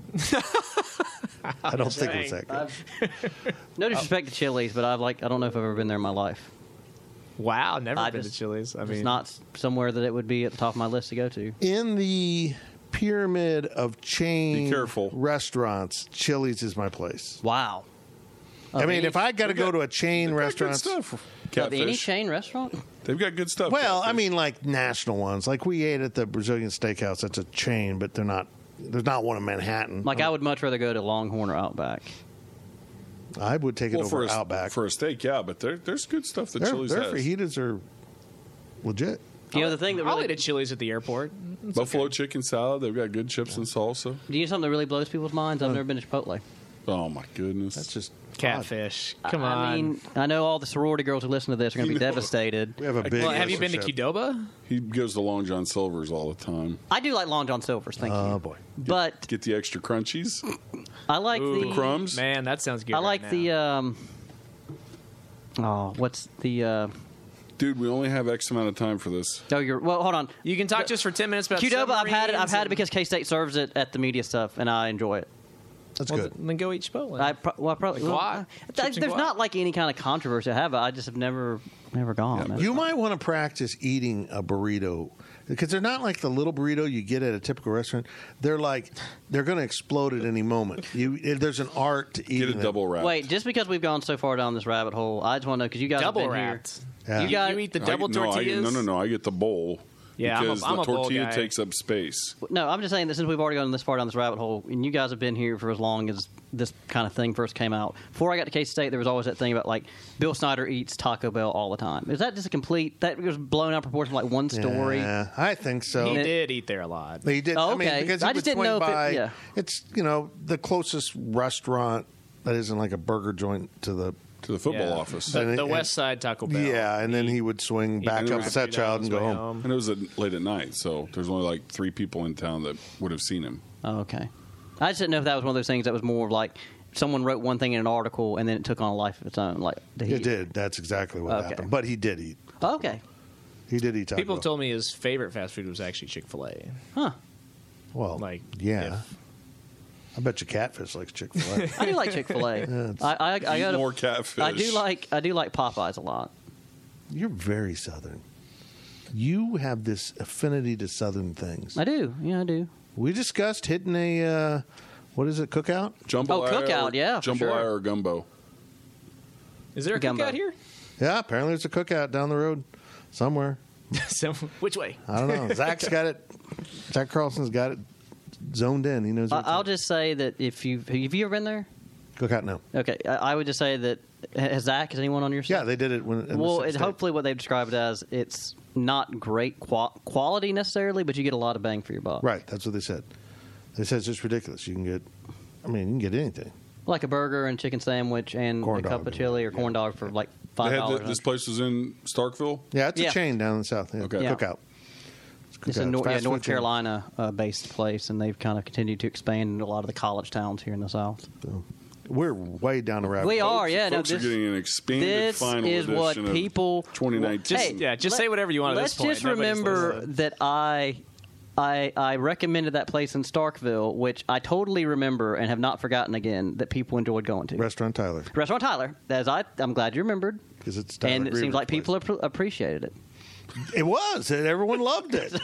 Speaker 2: I don't think it was that good.
Speaker 4: No disrespect to Chili's, but I've like I don't know if I've ever been there in my life.
Speaker 3: Wow, never
Speaker 4: I
Speaker 3: been
Speaker 4: just-
Speaker 3: to Chili's. I mean,
Speaker 4: it's not somewhere that it would be at the top of my list to go to.
Speaker 2: In the pyramid of chain
Speaker 5: Be careful.
Speaker 2: restaurants, Chili's is my place.
Speaker 4: Wow. Oh,
Speaker 2: I mean, if I got to go to a chain
Speaker 5: They've got good
Speaker 2: restaurant,
Speaker 5: stuff.
Speaker 4: Of any
Speaker 5: Catfish.
Speaker 4: chain restaurant?
Speaker 5: They've got good stuff.
Speaker 2: well, I
Speaker 5: Catfish.
Speaker 2: mean, like national ones, like we ate at the Brazilian Steakhouse. That's a chain, but they're not. There's not one in Manhattan.
Speaker 4: Like I would much rather go to Longhorn or Outback.
Speaker 2: I would take it
Speaker 5: Well,
Speaker 2: over
Speaker 5: for a,
Speaker 2: Outback.
Speaker 5: for a steak, yeah, but there, there's good stuff that
Speaker 2: their
Speaker 5: Chili's
Speaker 2: their
Speaker 5: has.
Speaker 2: fajitas are legit.
Speaker 4: You know the thing that
Speaker 3: I'll
Speaker 4: really
Speaker 3: eat at Chili's at the airport.
Speaker 5: Buffalo chicken salad. They've got good chips and salsa.
Speaker 4: Do you know something that really blows people's minds? I've never been to Chipotle.
Speaker 5: Oh my goodness,
Speaker 2: That's just
Speaker 3: Catfish. Come on.
Speaker 4: I mean, I know all the sorority girls who listen to this are going to be devastated.
Speaker 2: We have a big.
Speaker 3: well, have you been to
Speaker 2: relationship.
Speaker 3: Qdoba?
Speaker 5: he goes to Long John Silver's all the time.
Speaker 4: I do like Long John Silver's, thank
Speaker 2: Oh
Speaker 3: Uh,
Speaker 4: you.
Speaker 2: boy.
Speaker 4: But
Speaker 5: Get the extra crunchies.
Speaker 4: I like the
Speaker 5: crumbs?
Speaker 3: Man, that sounds good.
Speaker 4: I
Speaker 3: right
Speaker 4: like
Speaker 3: now.
Speaker 4: the um Oh, what's the uh
Speaker 5: Dude, we only have X amount of time for this.
Speaker 4: No, you're well, hold on.
Speaker 3: You can talk just for ten minutes about
Speaker 4: Qdoba, I've had it. I've
Speaker 3: submarines
Speaker 4: had it
Speaker 3: and-
Speaker 4: because K State serves it at the media stuff, and I enjoy it.
Speaker 2: That's
Speaker 3: Well,
Speaker 2: good.
Speaker 3: th- Then go eat Chipotle.
Speaker 4: I, pro- well, I probably
Speaker 3: Like
Speaker 4: well,
Speaker 3: guac,
Speaker 4: I-
Speaker 3: chips and
Speaker 4: there's
Speaker 3: guac.
Speaker 4: not like any kind of controversy. I have. I just have never, never gone. That's-
Speaker 2: You might want to practice eating a burrito because they're not like the little burrito you get at a typical restaurant. They're like they're going to explode at any moment. You, eh, there's an art to eating
Speaker 5: Get a
Speaker 2: it.
Speaker 5: double wrap.
Speaker 4: Wait, just because we've gone so far down this rabbit hole, I just want to know because you guys
Speaker 3: double
Speaker 4: have been
Speaker 3: wrapped.
Speaker 2: Yeah.
Speaker 4: You
Speaker 3: You,
Speaker 4: got-
Speaker 3: you eat the
Speaker 5: I-
Speaker 3: double
Speaker 5: no, I get-
Speaker 3: tortillas.
Speaker 5: no, no, no. I get the bowl.
Speaker 3: Yeah, I'm a-
Speaker 5: because
Speaker 3: I'm
Speaker 5: the
Speaker 3: a bowl
Speaker 5: tortilla
Speaker 3: guy.
Speaker 5: takes up space.
Speaker 4: here. No, I'm just saying that since we've already gone this far down this rabbit hole, and you guys have been here for as long as this kind of thing first came out. Before I got to K State, there was always that thing about like Bill Snyder eats Taco Bell all the time. Is that just a complete that was blown out of proportion, like one story?
Speaker 2: Yeah, I think so.
Speaker 3: He
Speaker 4: And-
Speaker 3: did eat there a lot.
Speaker 2: He did.
Speaker 4: Oh,
Speaker 2: I mean,
Speaker 4: okay.
Speaker 2: because
Speaker 4: I
Speaker 2: he
Speaker 4: just
Speaker 2: would
Speaker 4: didn't
Speaker 2: swing
Speaker 4: know if it-
Speaker 2: by.
Speaker 4: yeah.
Speaker 2: It's you know the closest restaurant that isn't like a burger joint to the.
Speaker 5: To the football
Speaker 3: Yeah.
Speaker 5: office.
Speaker 3: The,
Speaker 2: And it-
Speaker 3: the
Speaker 2: and-
Speaker 3: West Side Taco Bell.
Speaker 2: Yeah, and then he would swing
Speaker 3: He
Speaker 2: back
Speaker 3: would
Speaker 2: up
Speaker 3: drive
Speaker 2: Set
Speaker 3: through that on
Speaker 2: Child
Speaker 3: his
Speaker 2: and go
Speaker 3: way
Speaker 2: home.
Speaker 5: And it was at, late at night, so there's only like three people in town that would have seen him.
Speaker 4: Oh, okay. I just didn't know if that was one of those things that was more of like someone wrote one thing in an article and then it took on a life of its own. Like did he-
Speaker 2: It did. That's exactly what
Speaker 4: Okay.
Speaker 2: happened. But he did eat.
Speaker 4: Oh, okay.
Speaker 2: He did eat. Taco
Speaker 3: People
Speaker 2: Bell.
Speaker 3: have told me his favorite fast food was actually Chick Fil A.
Speaker 4: Huh.
Speaker 2: Well,
Speaker 3: Like,
Speaker 2: yeah.
Speaker 3: if-
Speaker 2: I bet you catfish likes Chick
Speaker 4: [LAUGHS]
Speaker 2: Fil A.
Speaker 4: I do like Chick Fil
Speaker 2: [LAUGHS]
Speaker 4: A. I I, I
Speaker 5: Eat
Speaker 4: gotta-
Speaker 5: more catfish.
Speaker 4: I do like I do like Popeyes a lot.
Speaker 2: You're very southern. You have this affinity to southern things.
Speaker 4: I do. Yeah, I do.
Speaker 2: We discussed hitting a uh, what is it cookout?
Speaker 5: jambalaya.
Speaker 4: Oh, cookout,
Speaker 5: or,
Speaker 4: yeah, for
Speaker 5: jambalaya
Speaker 4: sure.
Speaker 5: or gumbo.
Speaker 3: Is there a
Speaker 4: Gumbo. [LAUGHS]
Speaker 3: cookout here?
Speaker 2: Yeah, apparently there's a cookout down the road somewhere.
Speaker 3: so, which way?
Speaker 2: I don't
Speaker 4: [LAUGHS]
Speaker 2: know. Zach's got it. Zach Carlson's got it zoned in. He knows.
Speaker 4: I,
Speaker 2: where it's
Speaker 4: Uh, I'll
Speaker 2: at.
Speaker 4: just say that if you have you ever been there?
Speaker 2: cookout now.
Speaker 4: Okay, I, I would just say that has Zach is anyone on your side?
Speaker 2: Yeah, they did it when. in the
Speaker 4: well,
Speaker 2: sixth
Speaker 4: it,
Speaker 2: state.
Speaker 4: hopefully what they've described as it's not great qua quality necessarily, but you get a lot of bang for your buck.
Speaker 2: Right, that's what they said. They said it's just ridiculous. You can get, I mean, you can get anything.
Speaker 4: Like a burger and chicken sandwich and
Speaker 2: Corn
Speaker 4: a cup
Speaker 2: dog.
Speaker 4: of chili or corn dog for like
Speaker 5: They
Speaker 4: five
Speaker 5: had the-
Speaker 4: dollars.
Speaker 5: this place was in Starkville.
Speaker 2: Yeah, it's
Speaker 4: Yeah.
Speaker 2: a chain down in the south. Yeah,
Speaker 5: Okay.
Speaker 4: Yeah.
Speaker 2: cookout.
Speaker 4: It's a
Speaker 2: cookout.
Speaker 4: North,
Speaker 2: Fast
Speaker 4: yeah,
Speaker 2: food
Speaker 4: North
Speaker 2: chain.
Speaker 4: Carolina uh, based place, and they've kind of continued to expand into a lot of the college towns here in the South.
Speaker 2: We're way down the rabbit.
Speaker 4: We
Speaker 2: hole.
Speaker 4: are, Oh, yeah.
Speaker 5: Folks
Speaker 4: no,
Speaker 5: are
Speaker 4: this,
Speaker 5: getting an expanded
Speaker 4: this
Speaker 5: final
Speaker 4: is
Speaker 5: edition
Speaker 4: what
Speaker 5: of
Speaker 4: people-
Speaker 5: 2019.
Speaker 3: Just-
Speaker 4: Hey,
Speaker 3: yeah, just say whatever you want at
Speaker 4: Let's
Speaker 3: this point.
Speaker 4: just
Speaker 3: Nobody's
Speaker 4: remember
Speaker 3: listening.
Speaker 4: that I, I, I recommended that place in Starkville, which I totally remember and have not forgotten again. That people enjoyed going to.
Speaker 2: Restaurant Tyler.
Speaker 4: Restaurant Tyler, as I, I'm glad you remembered,
Speaker 2: Because it's Tyler
Speaker 4: and it seems
Speaker 2: Griever's
Speaker 4: like
Speaker 2: place.
Speaker 4: people appre- appreciated it.
Speaker 2: It was, and everyone loved
Speaker 4: [LAUGHS]
Speaker 2: it.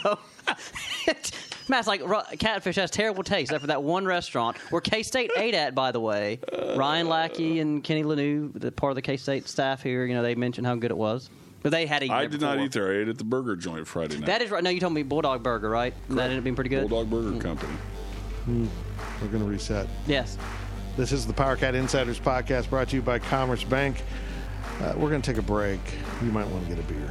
Speaker 4: Matt's like "Ru- catfish has terrible taste after that one restaurant where K State ate at. By the way, Ryan Lackey and Kenny Lanou, the part of the K State staff here, you know they mentioned how good it was, but they had eaten.
Speaker 5: I
Speaker 4: it
Speaker 5: did not
Speaker 4: before.
Speaker 5: eat there. I ate at the burger joint Friday night.
Speaker 4: That is right. No, you told me Bulldog Burger, right? And That ended up being pretty good.
Speaker 5: Bulldog Burger Company.
Speaker 2: We're going to reset.
Speaker 4: Yes.
Speaker 2: This is the PowerCat Insiders podcast brought to you by Commerce Bank. Uh, we're going to take a break. You might want to get a beer.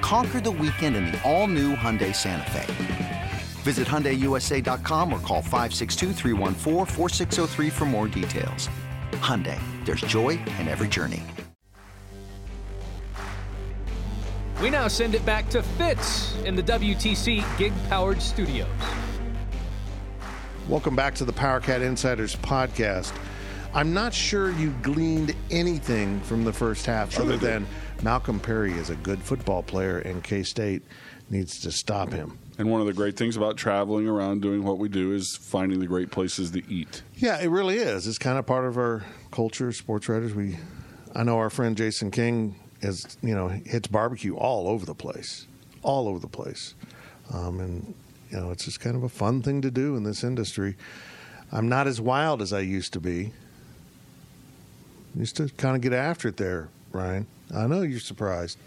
Speaker 6: Conquer the weekend in the all new Hyundai Santa Fe. Visit HyundaiUSA.com or call 562-314-4603 for more details. Hyundai, there's joy in every journey.
Speaker 1: We now send it back to Fitz in the WTC gig powered studios.
Speaker 2: Welcome back to the PowerCat Insiders podcast. I'm not sure you gleaned anything from the first half other than Malcolm Perry is a good football player and K State needs to stop him.
Speaker 5: And one of the great things about traveling around doing what we do is finding the great places to eat.
Speaker 2: Yeah, it really is. It's kind of part of our culture, sports writers. We, I know our friend Jason King is, you know, hits barbecue all over the place, all over the place, um, and you know, it's just kind of a fun thing to do in this industry. I'm not as wild as I used to be. Used to kind of get after it there, Ryan. I know you're surprised.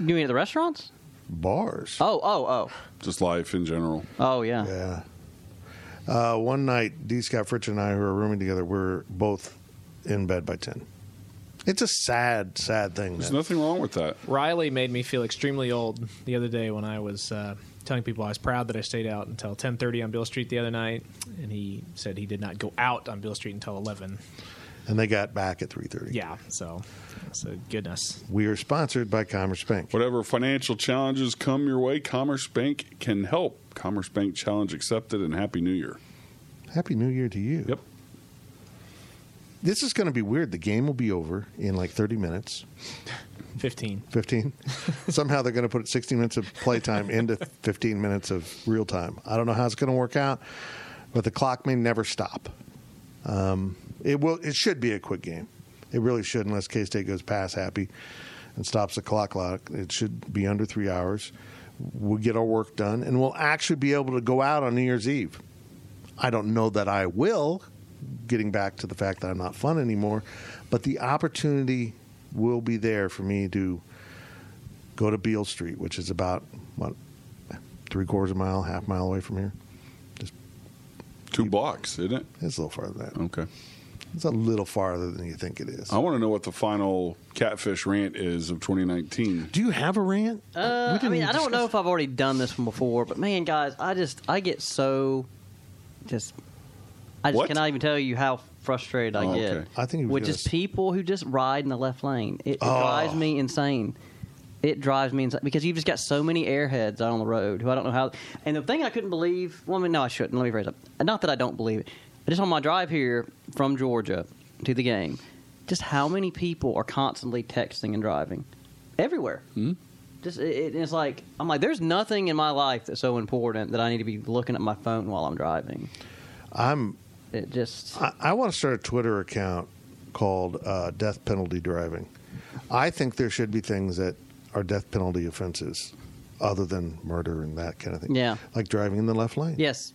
Speaker 4: You mean at the restaurants?
Speaker 2: Bars.
Speaker 4: Oh, oh,
Speaker 5: Just life in general.
Speaker 4: oh, oh, yeah.
Speaker 2: Yeah. Uh, one night, D. Scott Fritch and I, who are rooming together, were both in bed by 10. It's a sad, sad thing.
Speaker 5: There's
Speaker 2: man.
Speaker 5: nothing wrong with that.
Speaker 3: Riley made me feel extremely old the other day when I was uh, telling people I was proud that I stayed out until 10:30 on Bill Street the other night, and he said he did not go out on Bill Street until 11.
Speaker 2: and they got back at 3.30.
Speaker 3: Yeah, so so goodness.
Speaker 2: We are sponsored by Commerce Bank.
Speaker 5: Whatever financial challenges come your way, Commerce Bank can help. Commerce Bank Challenge accepted and Happy New Year.
Speaker 2: Happy New Year to you.
Speaker 5: Yep.
Speaker 2: This is going to be weird. The game will be over in like 30 minutes,
Speaker 3: 15.
Speaker 2: 15. [LAUGHS] Somehow they're going to put 60 minutes of playtime into 15 minutes of real time. I don't know how it's going to work out, but the clock may never stop. Um, it will. It should be a quick game. It really should, unless K State goes past happy and stops the clock. Lock. It should be under three hours. We'll get our work done, and we'll actually be able to go out on New Year's Eve. I don't know that I will. Getting back to the fact that I'm not fun anymore, but the opportunity will be there for me to go to Beale Street, which is about what three quarters of a mile, half mile away from here.
Speaker 5: Two blocks, isn't it?
Speaker 2: It's a little farther than that.
Speaker 5: Okay.
Speaker 2: It's a little farther than you think it is.
Speaker 5: I want to know what the final catfish rant is of 2019.
Speaker 2: Do you have a rant?
Speaker 4: Uh, I mean, I don't know if I've already done this one before, but man, guys, I just I get so just I just
Speaker 5: What?
Speaker 4: cannot even tell you how frustrated I
Speaker 5: Oh,
Speaker 4: get.
Speaker 5: okay.
Speaker 2: I think he was
Speaker 4: with
Speaker 2: gonna
Speaker 4: just
Speaker 2: s-
Speaker 4: people who just ride in the left lane. It, it
Speaker 2: Oh.
Speaker 4: drives me insane. It drives me insane because you've just got so many airheads out on the road who I don't know how. And the thing I couldn't believe, well, I mean, no, I shouldn't. Let me phrase it. Not that I don't believe it. But just on my drive here from Georgia to the game, just how many people are constantly texting and driving everywhere.
Speaker 2: Hmm?
Speaker 4: Mm. Just it, it's like I'm like, there's nothing in my life that's so important that I need to be looking at my phone while I'm driving.
Speaker 2: I'm.
Speaker 4: It just
Speaker 2: I, I want to start a Twitter account called uh, Death Penalty Driving. I think there should be things that are death penalty offenses, other than murder and that kind of thing.
Speaker 4: Yeah.
Speaker 2: like driving in the left lane.
Speaker 4: yes,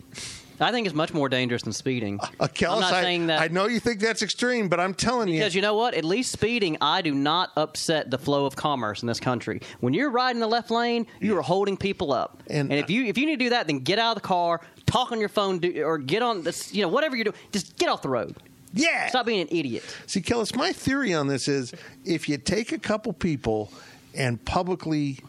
Speaker 4: I think it's much more dangerous than speeding.
Speaker 2: Uh, Kellis,
Speaker 4: I'm not
Speaker 2: I,
Speaker 4: saying that
Speaker 2: I know you think that's extreme, but I'm telling you,
Speaker 4: Because you know what? At least speeding, I do not upset the flow of commerce in this country. When you're riding the left lane, you are holding people up.
Speaker 2: And
Speaker 4: And, if you if you need to do that, then get out of the car, talk on your phone, do, or get on this, you know, whatever you're doing, just get off the road.
Speaker 2: yeah.
Speaker 4: Stop being an idiot.
Speaker 2: See, Kellis, my theory on this is if you take a couple people and publicly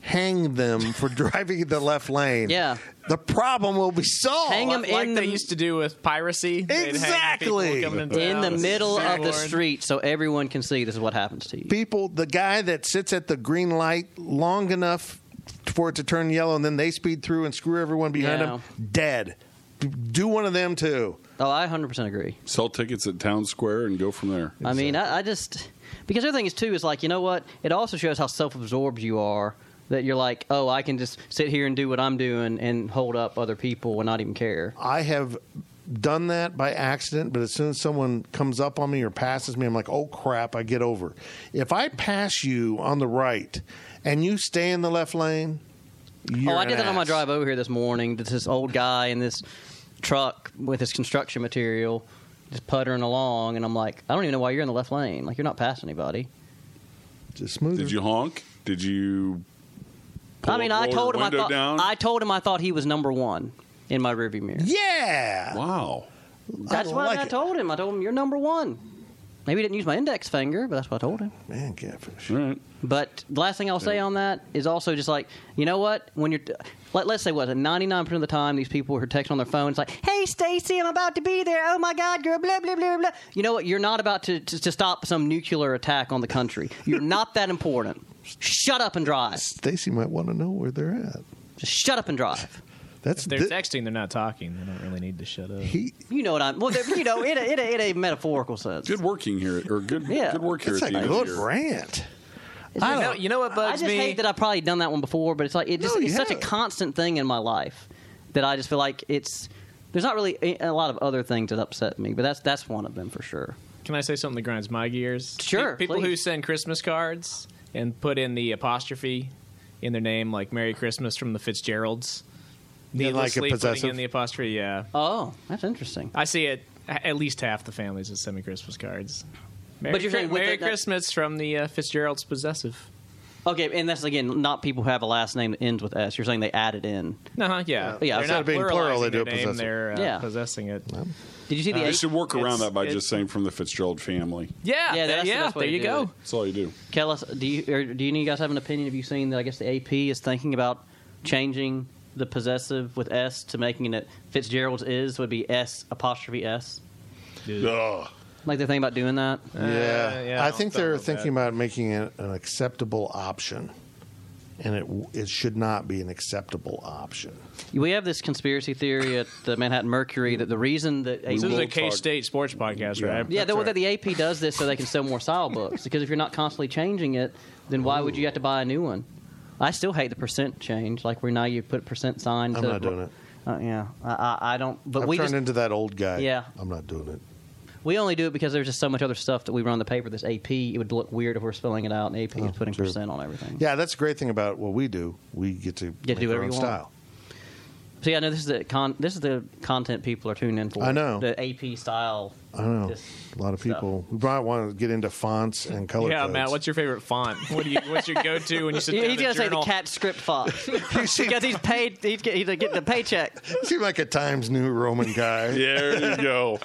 Speaker 2: hang them for [LAUGHS] driving in the left lane,
Speaker 4: Yeah.
Speaker 2: the problem will be solved.
Speaker 4: Hang 'em
Speaker 3: like
Speaker 4: in the-
Speaker 3: they used to do with piracy. They'd hang the people
Speaker 2: Exactly.
Speaker 3: coming into
Speaker 4: In the
Speaker 3: town.
Speaker 4: middle of the
Speaker 3: Billboard.
Speaker 4: street, so everyone can see this is what happens to you.
Speaker 2: People, the guy that sits at the green light long enough for it to turn yellow and then they speed through and screw everyone behind
Speaker 4: Yeah.
Speaker 2: them, dead. Do one of them too.
Speaker 4: Oh, I 100% agree.
Speaker 5: Sell tickets at Town Square and go from there.
Speaker 4: I mean, I, I just because the other thing is too is like you know what? It also shows how self-absorbed you are. That you're like, oh, I can just sit here and do what I'm doing and hold up other people and not even care.
Speaker 2: I have done that by accident, but as soon as someone comes up on me or passes me, I'm like, oh crap, I get over. If I pass you on the right and you stay in the left lane, you're
Speaker 4: oh, I
Speaker 2: an
Speaker 4: did that on my
Speaker 2: ass.
Speaker 4: drive over here this morning. There's This old guy in this truck with his construction material just puttering along, and I'm like, I don't even know why you're in the left lane. Like you're not past anybody.
Speaker 2: Just smooth.
Speaker 5: Did you honk? Did you?
Speaker 4: I mean, I told him I thought
Speaker 5: Down?
Speaker 4: I told him I thought he was number one in my rearview mirror.
Speaker 2: Yeah.
Speaker 5: wow.
Speaker 4: That's
Speaker 2: I
Speaker 4: what
Speaker 2: like
Speaker 4: I
Speaker 2: it.
Speaker 4: told him. I told him you're number one. Maybe he didn't use my index finger, but that's what I told him.
Speaker 2: Man, catfish.
Speaker 5: All right.
Speaker 4: But the last thing I'll say on that is also just like you know what when you're let, let's say what ninety nine percent of the time these people who are texting on their phones like hey Stacy I'm about to be there oh my god girl blah blah blah blah you know what you're not about to to, to stop some nuclear attack on the country you're not that important shut up and drive
Speaker 2: Stacy might want to know where they're at.
Speaker 4: just shut up and drive
Speaker 2: That's
Speaker 3: They're
Speaker 2: thi-
Speaker 3: texting. They're not talking. They don't really need to shut up.
Speaker 2: he.
Speaker 4: you know what I'm well you know in a, in a, in a metaphorical sense
Speaker 5: Good working here, or good
Speaker 4: Yeah.
Speaker 5: good work here
Speaker 2: That's
Speaker 5: at
Speaker 2: a
Speaker 5: the end of
Speaker 2: good
Speaker 5: the year.
Speaker 2: rant.
Speaker 3: You know, you know what
Speaker 4: I
Speaker 3: bugs
Speaker 4: just
Speaker 3: me?
Speaker 4: hate that I've probably done that one before, but it's like it just,
Speaker 2: No, you
Speaker 4: it's such a
Speaker 2: haven't.
Speaker 4: constant thing in my life that I just feel like it's there's not really a a lot of other things that upset me, but that's that's one of them for sure.
Speaker 3: Can I say something that grinds my gears?
Speaker 4: Sure,
Speaker 3: Pe- People who
Speaker 4: please.
Speaker 3: send Christmas cards and put in the apostrophe in their name, like "Merry Christmas" from the Fitzgeralds.
Speaker 2: mean like a
Speaker 3: Needlessly
Speaker 2: possessive?
Speaker 3: putting in the apostrophe. Yeah,
Speaker 4: Oh, that's interesting.
Speaker 3: I see it. a- At least half the families that send me Christmas cards. Merry,
Speaker 4: But you're saying
Speaker 3: Chri-
Speaker 4: with
Speaker 3: Merry
Speaker 4: it that-
Speaker 3: Christmas from the uh, Fitzgeralds possessive.
Speaker 4: Okay, and that's again not people who have a last name that ends with S. You're saying they added in.
Speaker 3: No, huh? Uh-huh, Yeah,
Speaker 4: Yeah,
Speaker 3: They're
Speaker 4: instead
Speaker 3: not
Speaker 2: of being plural,
Speaker 3: pluralizing
Speaker 2: they do
Speaker 3: their
Speaker 2: it
Speaker 3: name,
Speaker 2: possessive.
Speaker 3: They're uh,
Speaker 4: Yeah.
Speaker 3: possessing it.
Speaker 4: Did you see the
Speaker 5: They
Speaker 4: eight-
Speaker 5: should work around
Speaker 3: It's-
Speaker 5: that by
Speaker 3: it-
Speaker 5: just saying from the Fitzgerald family.
Speaker 3: Yeah,
Speaker 4: Yeah,
Speaker 3: there-
Speaker 4: that's the
Speaker 3: yeah.
Speaker 4: best way
Speaker 3: there
Speaker 4: to
Speaker 3: you
Speaker 4: do
Speaker 3: go.
Speaker 4: it.
Speaker 5: That's all you do.
Speaker 4: Kellis, do you or do any of you guys have an opinion? Have you seen that? I guess the AP is thinking about changing the possessive with S to making it Fitzgerald's is would be S apostrophe S.
Speaker 5: Ugh.
Speaker 4: Like they're thinking about doing that.
Speaker 2: Uh, Yeah,
Speaker 3: Uh, yeah, I
Speaker 2: I
Speaker 3: don't
Speaker 2: think
Speaker 3: know
Speaker 2: they're
Speaker 3: about
Speaker 2: thinking about making it an acceptable option, and it w- it should not be an acceptable option.
Speaker 4: We have this conspiracy theory at the Manhattan Mercury that the reason that AP,
Speaker 3: This is
Speaker 5: will
Speaker 3: a
Speaker 5: talk-
Speaker 3: K State sports podcast, right?
Speaker 4: yeah,
Speaker 3: That's
Speaker 4: the,
Speaker 3: right.
Speaker 4: that the AP does this so they can sell more style books because if you're not constantly changing it, then why would you have to buy a new one? I still hate the percent change. Like where now you put percent sign.
Speaker 2: I'm
Speaker 4: to,
Speaker 2: not doing it.
Speaker 4: Uh, yeah, I, I, I don't. But
Speaker 2: I've
Speaker 4: we
Speaker 2: turned
Speaker 4: just
Speaker 2: into that old guy.
Speaker 4: Yeah.
Speaker 2: I'm not doing it.
Speaker 4: we only do it because there's just so much other stuff that we run on the paper. This AP, it would look weird if we're spelling it out and AP is putting
Speaker 2: Oh, true.
Speaker 4: percent on everything.
Speaker 2: Yeah, that's a great thing about what we do. We get to
Speaker 4: Get to
Speaker 2: make
Speaker 4: do
Speaker 2: our
Speaker 4: whatever
Speaker 2: own
Speaker 4: you want.
Speaker 2: style.
Speaker 4: So yeah, I know this is the con- this is the content people are tuning in for.
Speaker 2: I know.
Speaker 4: the AP style.
Speaker 2: I know
Speaker 4: Just
Speaker 2: a lot of people. We probably want to get into fonts and color.
Speaker 3: Yeah,
Speaker 2: codes.
Speaker 3: Matt. What's your favorite font? What do you? What's your
Speaker 4: [LAUGHS]
Speaker 3: go-to when you sit
Speaker 4: Yeah,
Speaker 3: down
Speaker 4: he's
Speaker 3: to
Speaker 4: gonna say the
Speaker 3: journal?
Speaker 4: cat script [LAUGHS] font because he's paid. He's, get, he's getting a paycheck.
Speaker 2: you [LAUGHS] seem like a Times New Roman
Speaker 5: [LAUGHS]
Speaker 2: guy?
Speaker 5: There you
Speaker 3: [LAUGHS]
Speaker 5: go.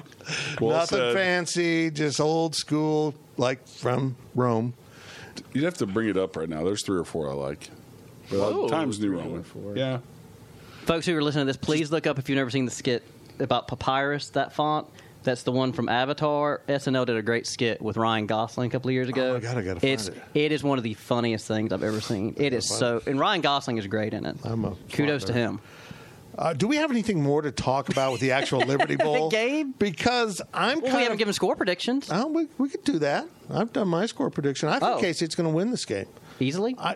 Speaker 5: Well
Speaker 2: Nothing
Speaker 5: said.
Speaker 2: fancy, just old school, like from Rome.
Speaker 5: You'd have to bring it up right now. There's three or four I like. But uh,
Speaker 3: Whoa.
Speaker 5: Times New
Speaker 3: Three or
Speaker 5: Roman.
Speaker 3: four.
Speaker 5: Yeah.
Speaker 4: Folks who are listening to this, please look up if you've never seen the skit about Papyrus. That font. That's the one from Avatar. SNL did a great skit with Ryan Gosling a couple of years ago.
Speaker 2: Oh my God, I gotta find
Speaker 4: it's,
Speaker 2: it.
Speaker 4: It is one of the funniest things I've ever seen. It is
Speaker 2: find
Speaker 4: so, and Ryan Gosling is great in it.
Speaker 2: I'm a
Speaker 4: Kudos
Speaker 2: fonder.
Speaker 4: to him.
Speaker 2: Uh, do we have anything more to talk about with the
Speaker 4: [LAUGHS]
Speaker 2: actual Liberty Bowl?
Speaker 4: game?
Speaker 2: Because I'm
Speaker 4: Well,
Speaker 2: kind
Speaker 4: we haven't
Speaker 2: of.
Speaker 4: given score predictions
Speaker 2: Oh, we, we could do that. I've done my score prediction. I think
Speaker 4: Oh.
Speaker 2: Casey's going to win this game.
Speaker 4: easily.
Speaker 2: I,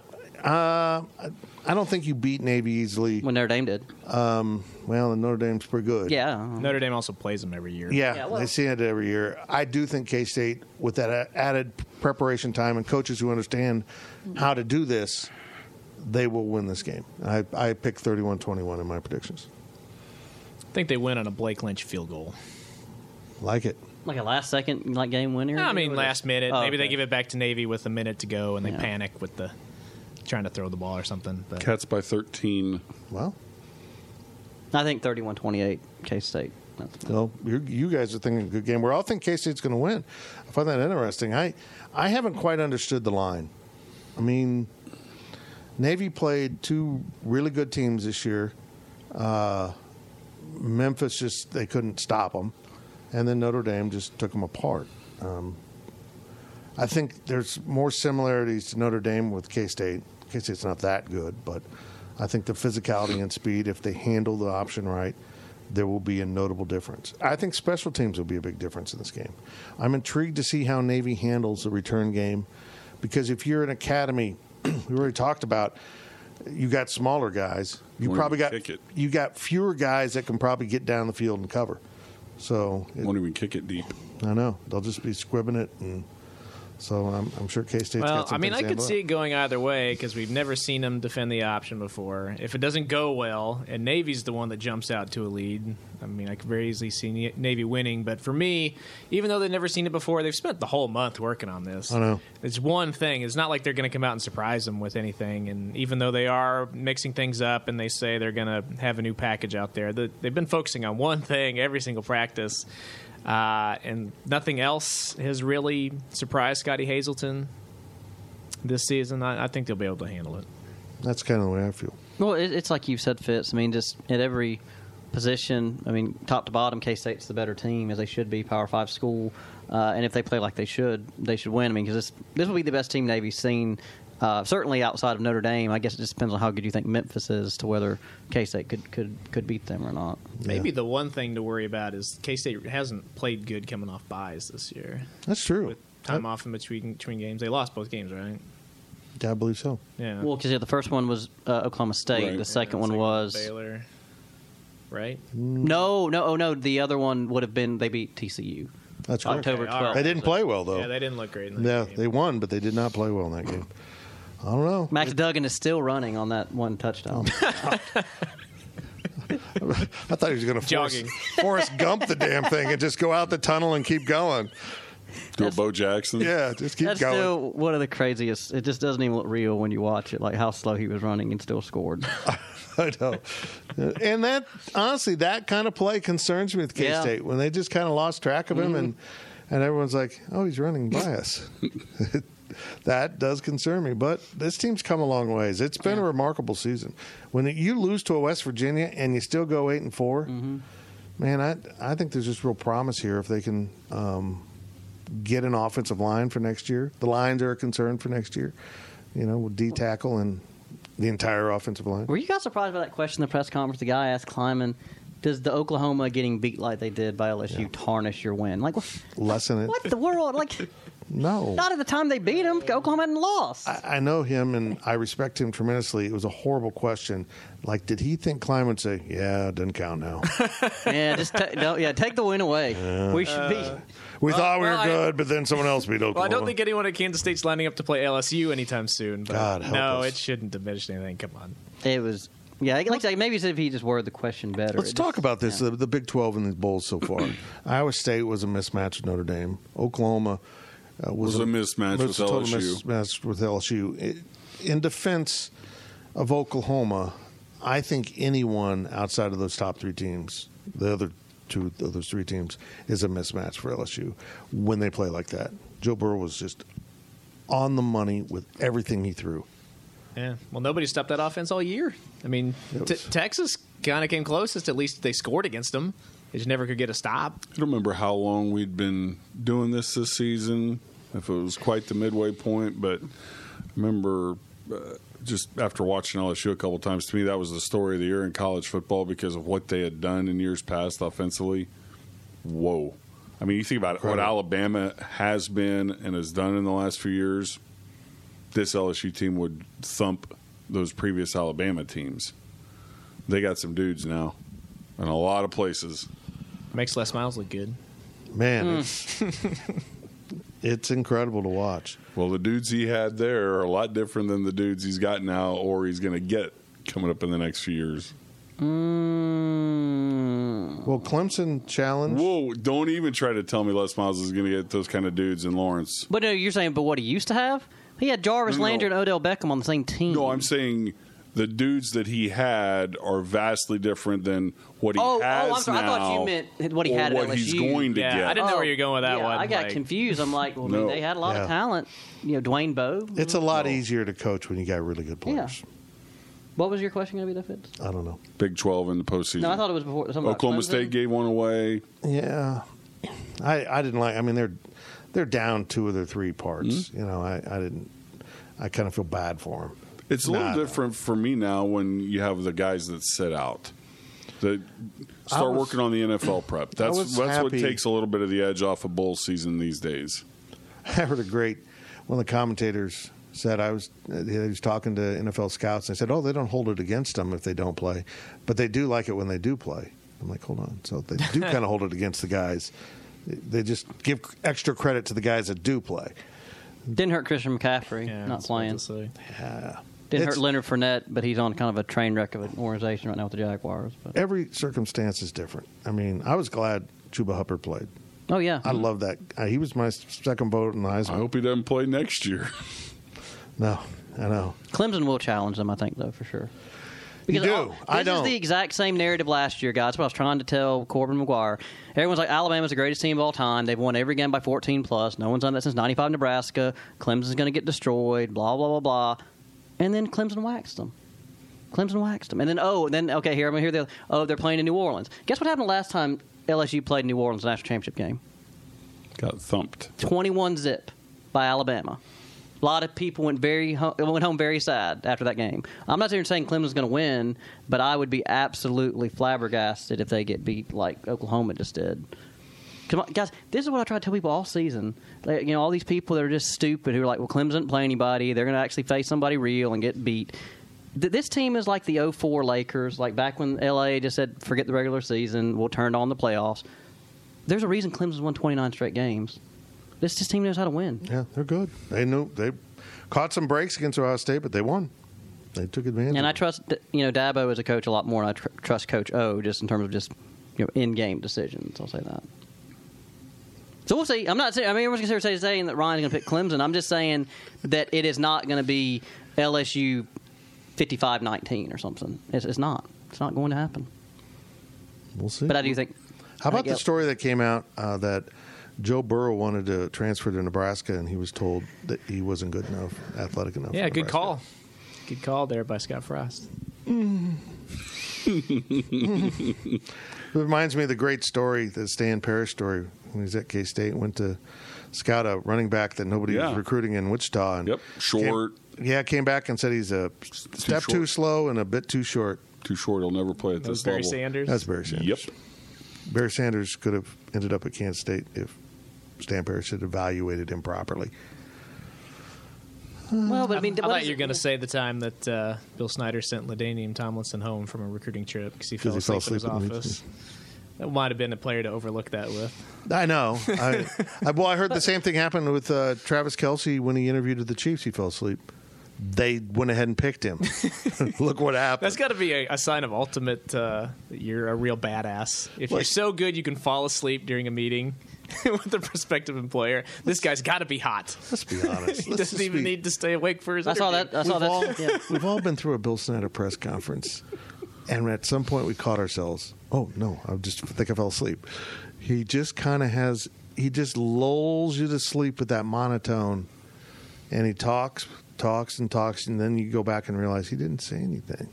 Speaker 2: uh, I- I don't think you beat Navy easily.
Speaker 4: when Notre Dame did,
Speaker 2: Well, and Notre Dame's pretty good.
Speaker 4: yeah.
Speaker 3: Notre Dame also plays them every year.
Speaker 2: Yeah,
Speaker 4: Yeah, well-
Speaker 2: they see it every year. I do think K State, with that a- added preparation time and coaches who understand how to do this, they will win this game. I, I picked 31 21 in my predictions.
Speaker 3: I think they win on a Blake Lynch field goal.
Speaker 2: Like it.
Speaker 4: Like a last second like game winner?
Speaker 3: I mean, last minute.
Speaker 4: Oh,
Speaker 3: Maybe they
Speaker 4: okay.
Speaker 3: give it back to Navy with a minute to go, and they panic with the trying to throw the ball or something. But
Speaker 5: Cats by 13.
Speaker 2: Well,
Speaker 4: I think 31 28, K State. That's
Speaker 2: Well, you, you guys are thinking a good game. We're all thinking K State's going to win. I find that interesting. I I haven't quite understood the line. I mean, Navy played two really good teams this year. Uh, Memphis just they couldn't stop them, and then Notre Dame just took them apart. Um, I think there's more similarities to Notre Dame with K State. K State's not that good, but I think the physicality and speed, if they handle the option right, there will be a notable difference. I think special teams will be a big difference in this game. I'm intrigued to see how Navy handles the return game because if you're an academy, [CLEARS THROAT] we already talked about you got smaller guys. You
Speaker 5: Wanna
Speaker 2: probably got
Speaker 5: kick it.
Speaker 2: you got fewer guys that can probably get down the field and cover. So it-
Speaker 5: Won't even kick it deep.
Speaker 2: I know they'll just be squibbing it, and so I'm, I'm sure K State's
Speaker 3: well,
Speaker 2: got some
Speaker 3: I mean,
Speaker 2: things
Speaker 3: I
Speaker 2: to
Speaker 3: could
Speaker 2: handle
Speaker 3: see it going either way because we've never seen them defend the option before. If it doesn't go well, and Navy's the one that jumps out to a lead, I mean, I could very easily see Ne- Navy winning. But for me, even though they've never seen it before, they've spent the whole month working on this.
Speaker 2: I know.
Speaker 3: It's one thing. It's not like they're going to come out and surprise them with anything. And even though they are mixing things up and they say they're going to have a new package out there, the- they've been focusing on one thing every single practice. Uh, and nothing else has really surprised Scotty Hazelton this season. I, I think they'll be able to handle it.
Speaker 2: That's kind of the way I feel.
Speaker 4: Well, it, it's like you've said, Fitz. I mean, just at every position, I mean, top to bottom, K State's the better team, as they should be, Power Five school. Uh, and if they play like they should, they should win. I mean, because this, this will be the best team Navy's seen, uh, certainly outside of Notre Dame. I guess it just depends on how good you think Memphis is to whether K State could, could, could beat them or not.
Speaker 3: Maybe the one thing to worry about is K State hasn't played good coming off buys this year.
Speaker 2: That's true.
Speaker 3: With time off in between, between games, they lost both games, right?
Speaker 2: I believe so.
Speaker 3: Yeah.
Speaker 4: Well, because yeah, the first one was uh, Oklahoma State,
Speaker 5: Right.
Speaker 4: the second
Speaker 3: Yeah,
Speaker 4: one was.
Speaker 3: Baylor, right?
Speaker 4: No, no, oh no, the other one would have been they beat TCU.
Speaker 2: That's correct.
Speaker 4: October
Speaker 3: Okay, all right.
Speaker 4: 12th.
Speaker 2: They didn't play well though.
Speaker 3: Yeah, they didn't look great. In that
Speaker 2: Yeah,
Speaker 3: game.
Speaker 2: they won, but they did not play well in that game. I don't know.
Speaker 4: Max Duggan is still running on that one touchdown.
Speaker 2: I thought he was going to force,
Speaker 3: Jogging.
Speaker 2: Forrest Gump the damn thing and just go out the tunnel and keep going.
Speaker 5: Do a Bo Jackson.
Speaker 2: Yeah, just keep
Speaker 4: That's
Speaker 2: going.
Speaker 4: still one of the craziest. It just doesn't even look real when you watch it, like how slow he was running and
Speaker 2: [LAUGHS]
Speaker 4: still scored.
Speaker 2: I know. And that honestly, that kind of play concerns me with K
Speaker 4: Yeah.
Speaker 2: State when they just kind of lost track of him and and everyone's like, oh, he's running by us. [LAUGHS] that does concern me. But this team's come a long ways. It's been a remarkable season. When you lose to a West Virginia and you still go eight and 4 man, I I think there's just real promise here if they can. Um, Get an offensive line for next year. The lines are a concern for next year. You know, with D tackle and the entire offensive line.
Speaker 4: Were you guys surprised by that question in the press conference? The guy asked Kleiman, "Does the Oklahoma getting beat like they did by LSU tarnish your win?"
Speaker 2: [LAUGHS]
Speaker 4: Like, what,
Speaker 2: Lessen it.
Speaker 4: what the world? Like,
Speaker 2: No.
Speaker 4: not at the time they beat him, Oklahoma hadn't lost.
Speaker 2: I I know him and I respect him tremendously. It was a horrible question. Like, did he think Klein would say, yeah, it doesn't count
Speaker 3: [LAUGHS]
Speaker 2: now?
Speaker 4: yeah, just ta- no, yeah, take the win away. we should be.
Speaker 2: We thought we were
Speaker 3: well, I-
Speaker 2: good, but then someone else beat Oklahoma.
Speaker 3: Well, I don't think anyone at Kansas State's lining up to play LSU anytime soon. But
Speaker 2: God help
Speaker 3: no,
Speaker 2: us.
Speaker 3: it shouldn't diminish anything. Come on.
Speaker 4: It was. Yeah, like I say, maybe it's if he just worded the question better.
Speaker 2: Let's
Speaker 4: It
Speaker 2: talk
Speaker 4: just-
Speaker 2: about this the, the Big 12 and the Bulls so far. Iowa State was a mismatch with Notre Dame. Oklahoma uh, was,
Speaker 5: Was a mismatch with
Speaker 2: was a total
Speaker 5: LSU.
Speaker 2: mismatch with LSU. It- in defense of Oklahoma, I think anyone outside of those top three teams, the other two, the other three teams, is a mismatch for LSU when they play like that. Joe Burrow was just on the money with everything he threw.
Speaker 3: Yeah. Well, nobody stopped that offense all year. I mean,
Speaker 2: It
Speaker 3: t-
Speaker 2: was-
Speaker 3: Texas kind of came closest. At least they scored against them. They just never could get a stop.
Speaker 5: I don't remember how long we'd been doing this this season, if it was quite the midway point, but I remember uh, just after watching LSU a couple times, to me, that was the story of the year in college football because of what they had done in years past offensively. Whoa. I mean, you think about it, what Alabama has been and has done in the last few years, this LSU team would thump those previous Alabama teams. They got some dudes now in a lot of places.
Speaker 3: Makes Les Miles look good.
Speaker 2: Man, it's, [LAUGHS] it's incredible to watch.
Speaker 5: Well, the dudes he had there are a lot different than the dudes he's got now or he's going to get coming up in the next few years.
Speaker 4: Mm,
Speaker 2: Will Clemson challenge?
Speaker 5: Whoa! Don't even try to tell me Les Miles is going to get those kind of dudes in Lawrence.
Speaker 4: but no, you're saying, but what he used to have? He had Jarvis
Speaker 5: No, no, no.
Speaker 4: Landry and Odell Beckham on the same team.
Speaker 5: No, I'm saying the dudes that he had are vastly different than what he
Speaker 4: Oh, oh,
Speaker 5: has
Speaker 4: I'm sorry. I
Speaker 5: now.
Speaker 4: thought you meant what he
Speaker 5: or
Speaker 4: had at
Speaker 5: What he's
Speaker 4: LSU.
Speaker 5: going to
Speaker 3: Yeah,
Speaker 5: get.
Speaker 3: I didn't know where you were going with that
Speaker 4: Oh, yeah,
Speaker 3: one.
Speaker 4: I got
Speaker 3: like-
Speaker 4: confused. I'm like, well, I mean,
Speaker 5: No.
Speaker 4: they had a lot
Speaker 2: Yeah.
Speaker 4: of talent. You know, Dwayne Bowe.
Speaker 2: It's a lot e- easier to coach when you got really good players.
Speaker 4: What was your question going to be, that fits?
Speaker 2: I don't know.
Speaker 5: Big 12 in the postseason.
Speaker 4: No, I thought it was before. something about
Speaker 5: Oklahoma
Speaker 4: Clemson.
Speaker 5: State gave one away.
Speaker 2: Yeah, I I didn't like. I mean, they're they're down two of their three parts. You know, I I didn't. I kind of feel bad for them.
Speaker 5: It's a
Speaker 2: Nah,
Speaker 5: little
Speaker 2: nah.
Speaker 5: different for me now when you have the guys that sit out. That start
Speaker 2: was-
Speaker 5: working on
Speaker 2: [CLEARS THROAT]
Speaker 5: the NFL prep. That's
Speaker 2: was
Speaker 5: that's what
Speaker 2: happy-
Speaker 5: takes a little bit of the edge off of bowl season these days.
Speaker 2: [LAUGHS] I heard a great one of the commentators said I was he was talking to NFL scouts and I said, "Oh, they don't hold it against them if they don't play, but they do like it when they do play." I'm like, "Hold on." So they do kind of hold it against the guys. They just give extra credit to the guys that do play.
Speaker 4: Didn't hurt Christian McCaffrey
Speaker 3: Yeah,
Speaker 4: not
Speaker 3: that's what
Speaker 4: playing.
Speaker 3: to say.
Speaker 4: Didn't
Speaker 2: It's-
Speaker 4: hurt Leonard Fournette, but he's on kind of a train wreck of an organization right now with the Jaguars. But.
Speaker 2: Every circumstance is different. I mean, I was glad Chuba Hubbard played.
Speaker 4: Oh yeah,
Speaker 2: I love that. Uh, He was my second vote in the
Speaker 5: I
Speaker 2: Heisman.
Speaker 5: hope he doesn't play next year. [LAUGHS]
Speaker 2: No, I know.
Speaker 4: Clemson will challenge them, I think, though for sure. Because
Speaker 2: do.
Speaker 4: all- this
Speaker 2: I
Speaker 4: is
Speaker 2: don't.
Speaker 4: the exact same narrative last year, guys. That's what I was trying to tell Corbin McGuire. Everyone's like, Alabama's the greatest team of all time. They've won every game by 14 plus. No one's done that since 95 Nebraska. Clemson's going to get destroyed, blah, blah, blah, blah. And then Clemson waxed them. Clemson waxed them. And then, oh, then, okay, here, I'm going to hear the, oh, they're playing in New Orleans. Guess what happened last time LSU played in New Orleans national championship game?
Speaker 5: Got thumped.
Speaker 4: 21 zip by Alabama. A lot of people went very ho- went home very sad after that game. I'm not even saying Clemson's going to win, but I would be absolutely flabbergasted if they get beat like Oklahoma just did. Come on, guys, this is what I try to tell people all season. Like, you know, all these people that are just stupid who are like, well, Clemson didn't play anybody. They're going to actually face somebody real and get beat. Th- this team is like the 04 Lakers, like back when LA just said, forget the regular season, we'll turn on the playoffs. There's a reason Clemson's won 29 straight games. This, this team knows how to win.
Speaker 2: Yeah, they're good. They knew they caught some breaks against Ohio State, but they won. They took advantage.
Speaker 4: And I
Speaker 2: of it.
Speaker 4: trust, you know, Dabo as a coach a lot more, and I tr- trust Coach O just in terms of just, you know, in game decisions. I'll say that. So we'll see. I'm not saying, I mean, everyone's considered saying saying that Ryan's going to pick Clemson. I'm just saying that it is not going to be LSU 55 19 or something. It's, it's not. It's not going to happen.
Speaker 2: We'll see.
Speaker 4: But I do think.
Speaker 2: How about
Speaker 4: I
Speaker 2: the
Speaker 4: get-
Speaker 2: story that came out uh, that Joe Burrow wanted to transfer to Nebraska and he was told that he wasn't good enough, athletic enough.
Speaker 3: Yeah,
Speaker 2: for
Speaker 3: good
Speaker 2: Nebraska.
Speaker 3: call. Good call there by Scott Frost.
Speaker 2: It reminds me of the great story, the Stan Parrish story, when he's at K State went to scout a running back that nobody
Speaker 5: Yeah.
Speaker 2: was recruiting in Wichita. And
Speaker 5: Yep. Short.
Speaker 2: Came, yeah, came back and said he's a step too
Speaker 5: short.
Speaker 2: slow and a bit too short.
Speaker 5: Too short. He'll never play at
Speaker 3: That was
Speaker 5: this
Speaker 3: Barry
Speaker 5: level.
Speaker 3: Sanders.
Speaker 2: That's Barry Sanders.
Speaker 5: Yep.
Speaker 2: Barry Sanders could have ended up at Kansas State if Stan Parrish had evaluated him properly.
Speaker 4: Well, but I mean,
Speaker 3: I
Speaker 4: what
Speaker 3: thought
Speaker 4: is
Speaker 3: you were
Speaker 4: it-
Speaker 3: going to say the time that uh, Bill Snyder sent Ladainium Tomlinson home from a recruiting trip because he fell
Speaker 2: he
Speaker 3: asleep,
Speaker 2: fell
Speaker 3: in
Speaker 2: asleep in
Speaker 3: his
Speaker 2: the
Speaker 3: office. That might have been a player to overlook that with.
Speaker 2: I know. I, I, well, I heard the same thing happened with uh, Travis Kelsey when he interviewed with the Chiefs. He fell asleep. They went ahead and picked him. [LAUGHS] Look what happened.
Speaker 3: That's got to be a, a sign of ultimate. Uh, that you're a real badass. If you're
Speaker 2: Look.
Speaker 3: so good, you can fall asleep during a meeting [LAUGHS] with a prospective employer. This guy's got to be hot. [LAUGHS]
Speaker 2: Let's be honest.
Speaker 3: He
Speaker 2: Let's
Speaker 3: doesn't
Speaker 2: just
Speaker 3: even
Speaker 2: be-
Speaker 3: need to stay awake for his.
Speaker 4: I saw
Speaker 3: interview.
Speaker 4: that. I saw
Speaker 2: We've
Speaker 4: that.
Speaker 2: all- uh,
Speaker 4: Oh, [LAUGHS] yeah.
Speaker 2: We've all been through a Bill Snyder press conference, and at some point we caught ourselves. Oh no, I just think I fell asleep. He just kind of has. He just lulls you to sleep with that monotone, and he talks, talks, and talks, and then you go back and realize he didn't say anything.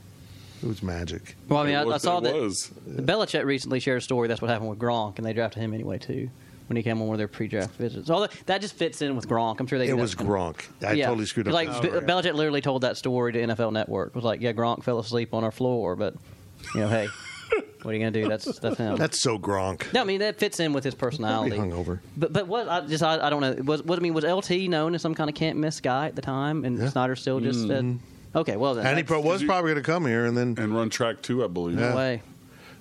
Speaker 2: It was magic.
Speaker 4: Well, I mean,
Speaker 5: It
Speaker 4: I, I
Speaker 5: was-
Speaker 4: saw
Speaker 5: it
Speaker 4: that.
Speaker 5: was.
Speaker 4: Belichick recently shared a story. That's what happened with Gronk, and they drafted him anyway too when he came on one of their pre-draft visits. Although that just fits in with Gronk. I'm sure they. do
Speaker 2: It
Speaker 4: that
Speaker 2: was
Speaker 4: kind of-
Speaker 2: Gronk. I
Speaker 4: Yeah.
Speaker 2: totally screwed up.
Speaker 4: Like
Speaker 2: that
Speaker 4: Be-
Speaker 2: story.
Speaker 4: Belichick literally told that story to NFL Network. Was like, yeah, Gronk fell asleep on our floor, but you know, hey, what are you gonna do? That's that's him.
Speaker 2: That's so Gronk.
Speaker 4: no, I mean that fits in with his personality.
Speaker 2: Probably hungover.
Speaker 4: But but what I just I, I don't know was what I mean was LT known as some kind of can't miss guy at the time, and
Speaker 2: Yeah. Mm-hmm.
Speaker 4: Snyder still just said, okay, well then
Speaker 2: And he
Speaker 4: that's-
Speaker 2: pro- was
Speaker 5: you-
Speaker 2: probably going to come here, and then
Speaker 5: And run track two, I believe.
Speaker 2: Yeah.
Speaker 4: no way.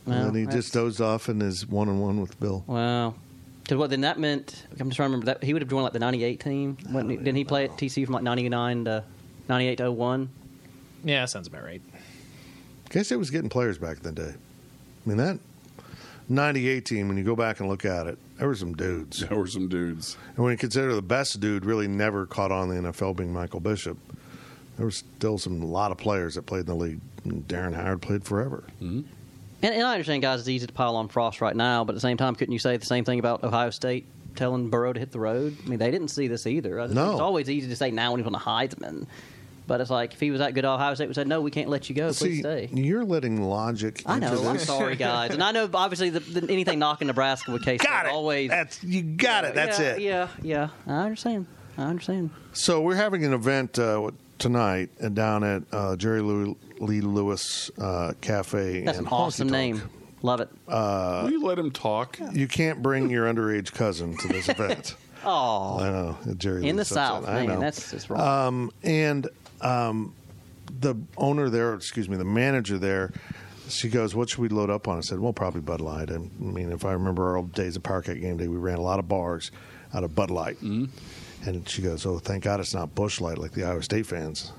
Speaker 4: Well,
Speaker 2: and then he
Speaker 4: that's-
Speaker 2: just dozed off in his one on one with Bill.
Speaker 4: Wow. Because what then that meant? I'm just trying to remember that he would have joined like the '98 team. Wouldn't he, didn't he
Speaker 2: Oh,
Speaker 4: play at TCU from like '99 to oh '98 to '01?
Speaker 3: Yeah, sounds about right.
Speaker 2: guess it was getting players back in the day. I mean that '98 team. When you go back and look at it, there were some dudes.
Speaker 5: [LAUGHS] There were some dudes.
Speaker 2: And when you consider the best dude really never caught on in the NFL being Michael Bishop, there were still some a lot of players that played in the league. And Darren Howard played forever.
Speaker 4: And, and I understand, guys, it's easy to pile on Frost right now, but at the same time, couldn't you say the same thing about Ohio State telling Burrow to hit the road? I mean, they didn't see this either. I just-
Speaker 2: No.
Speaker 4: It's always easy to say now when he's on the Heisman. But it's like, if he was that good, Ohio State would say, no, we can't let you go. Please
Speaker 2: See,
Speaker 4: stay.
Speaker 2: you're letting logic.
Speaker 4: I
Speaker 2: into
Speaker 4: know. I'm
Speaker 2: this. [LAUGHS]
Speaker 4: sorry, guys. And I know, obviously, the, the, anything knocking Nebraska with Case
Speaker 2: Got it.
Speaker 4: always.
Speaker 2: That's you got it. That's
Speaker 4: yeah,
Speaker 2: it.
Speaker 4: Yeah, yeah. I understand. I understand.
Speaker 2: So we're having an event uh, tonight and down at uh, Jerry Lew- Lee Lewis uh, Cafe.
Speaker 4: That's
Speaker 2: and Uh,
Speaker 4: an awesome name. Love it.
Speaker 5: Will you let him talk?
Speaker 2: You can't bring your underage cousin to
Speaker 4: [LAUGHS]
Speaker 2: this event.
Speaker 4: oh,
Speaker 2: I know Jerry.
Speaker 4: in the
Speaker 2: Lee's upset.
Speaker 4: South,
Speaker 2: I
Speaker 4: man.
Speaker 2: know.
Speaker 4: That's just wrong.
Speaker 2: um, and um, the owner there, excuse me, the manager there, she goes, "What should we load up on?" I said, "Well, probably Bud Light." I mean, if I remember our old days of Parkett game day, we ran a lot of bars out of Bud Light. mm And she goes, "Oh, thank God it's not Bush Light like the Iowa State fans."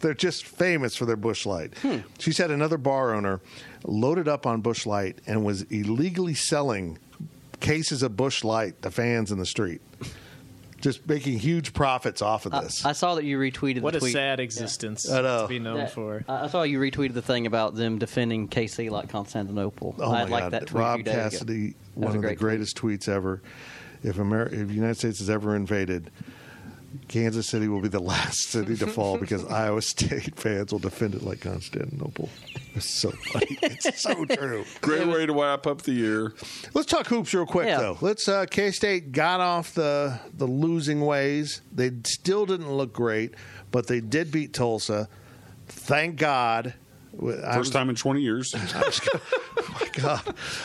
Speaker 2: They're just famous for their Bush Light.
Speaker 4: Hmm.
Speaker 2: She said another bar owner loaded up on Bush Light and was illegally selling cases of Bush Light to fans in the street, just making huge profits off of this.
Speaker 4: I saw that you retweeted
Speaker 3: What
Speaker 4: the
Speaker 3: a
Speaker 4: tweet.
Speaker 3: sad existence
Speaker 2: I know.
Speaker 3: to be known
Speaker 4: That-
Speaker 3: for.
Speaker 4: I I saw you retweeted the thing about them defending KC like Constantinople.
Speaker 2: oh
Speaker 4: I
Speaker 2: my
Speaker 4: liked
Speaker 2: God,
Speaker 4: that tweet. a
Speaker 2: Rob
Speaker 4: few days ago.
Speaker 2: Cassidy,
Speaker 4: was
Speaker 2: one
Speaker 4: a
Speaker 2: of the
Speaker 4: great tweet.
Speaker 2: greatest tweets ever. If America, if the United States is ever invaded, Kansas City will be the [LAUGHS] last city to fall
Speaker 4: [LAUGHS]
Speaker 2: because Iowa State fans will defend it like Constantinople. It's so funny. It's so true.
Speaker 5: Great way to wrap up the year.
Speaker 2: Let's talk hoops real quick
Speaker 4: Yeah.
Speaker 2: though. Let's uh, K State got off the the losing ways. They still didn't look great, but they did beat Tulsa. Thank God. [LAUGHS] I was-
Speaker 5: First time in
Speaker 2: [LAUGHS]
Speaker 5: 20 years.
Speaker 2: God,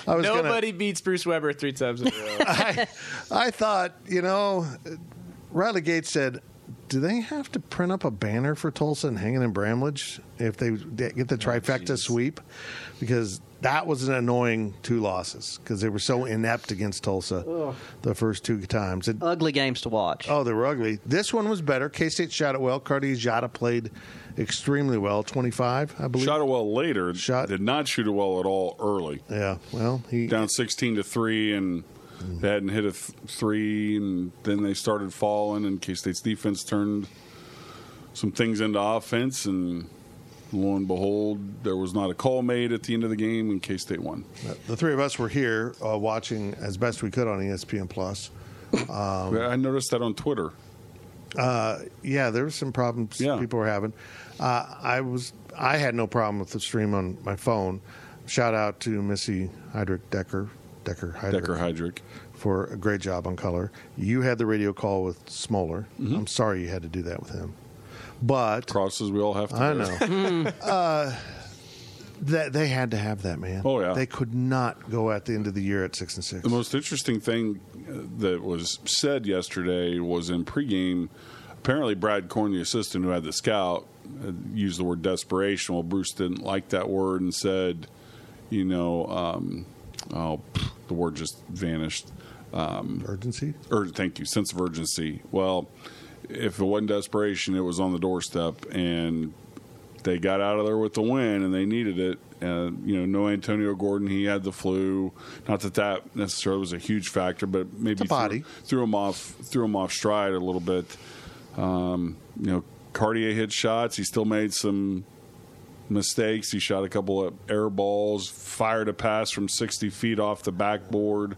Speaker 2: I was gonna-
Speaker 3: Nobody beats Bruce Weber three times in a row.
Speaker 2: [LAUGHS] I, I thought, you know, Riley Gates said, "Do they have to print up a banner for Tulsa and hang it in Bramlage if they get the trifecta sweep?" Because that was an annoying two losses because they were so inept against Tulsa the first two times. It,
Speaker 4: Ugly games to watch.
Speaker 2: Oh, they were ugly. This one was better. K State shot it well. Cardi Jada played extremely well. Twenty five, I believe.
Speaker 5: Shot it well later.
Speaker 2: Shot-
Speaker 5: Did not shoot it well at all early.
Speaker 2: yeah. Well, he
Speaker 5: Down 16 to 3, and they hadn't hit a th- three, and then they started falling, and K State's defense turned some things into offense, and lo and behold, there was not a call made at the end of the game, and K State won.
Speaker 2: the three of us were here uh, watching as best we could on E ESPN Plus.
Speaker 5: I noticed that on Twitter.
Speaker 2: Uh, yeah, there were some problems
Speaker 5: Yeah.
Speaker 2: people were having. Uh, I was I had no problem with the stream on my phone. Shout out to Missy Heydrich Decker, Decker Heydrich,
Speaker 5: Decker Hydrick.
Speaker 2: for a great job on color. You had the radio call with Smoller.
Speaker 5: Mm-hmm.
Speaker 2: I'm sorry you had to do that with him, but
Speaker 5: Crosses we all have to
Speaker 2: I
Speaker 5: bear.
Speaker 2: know. uh, that they had to have that man.
Speaker 5: Oh, yeah.
Speaker 2: they could not go at the end of the year at six and six.
Speaker 5: The most interesting thing uh, that was said yesterday was in pregame. Apparently, Brad Corn, the assistant who had the scout, uh, used the word desperation. Well, Bruce didn't like that word and said, you know, um, oh, pff, the word just vanished.
Speaker 2: Urgency.
Speaker 5: Ur- thank you, sense of urgency. Well, if it wasn't desperation, it was on the doorstep, and they got out of there with the win, and they needed it. Uh, you know, no Antonio Gordon, he had the flu. Not that that necessarily was a huge factor, but maybe
Speaker 2: a body.
Speaker 5: Threw, threw him off, threw him off stride a little bit. Um, you know, Cartier hit shots. He still made some mistakes. He shot a couple of air balls, fired a pass from 60 feet off the backboard.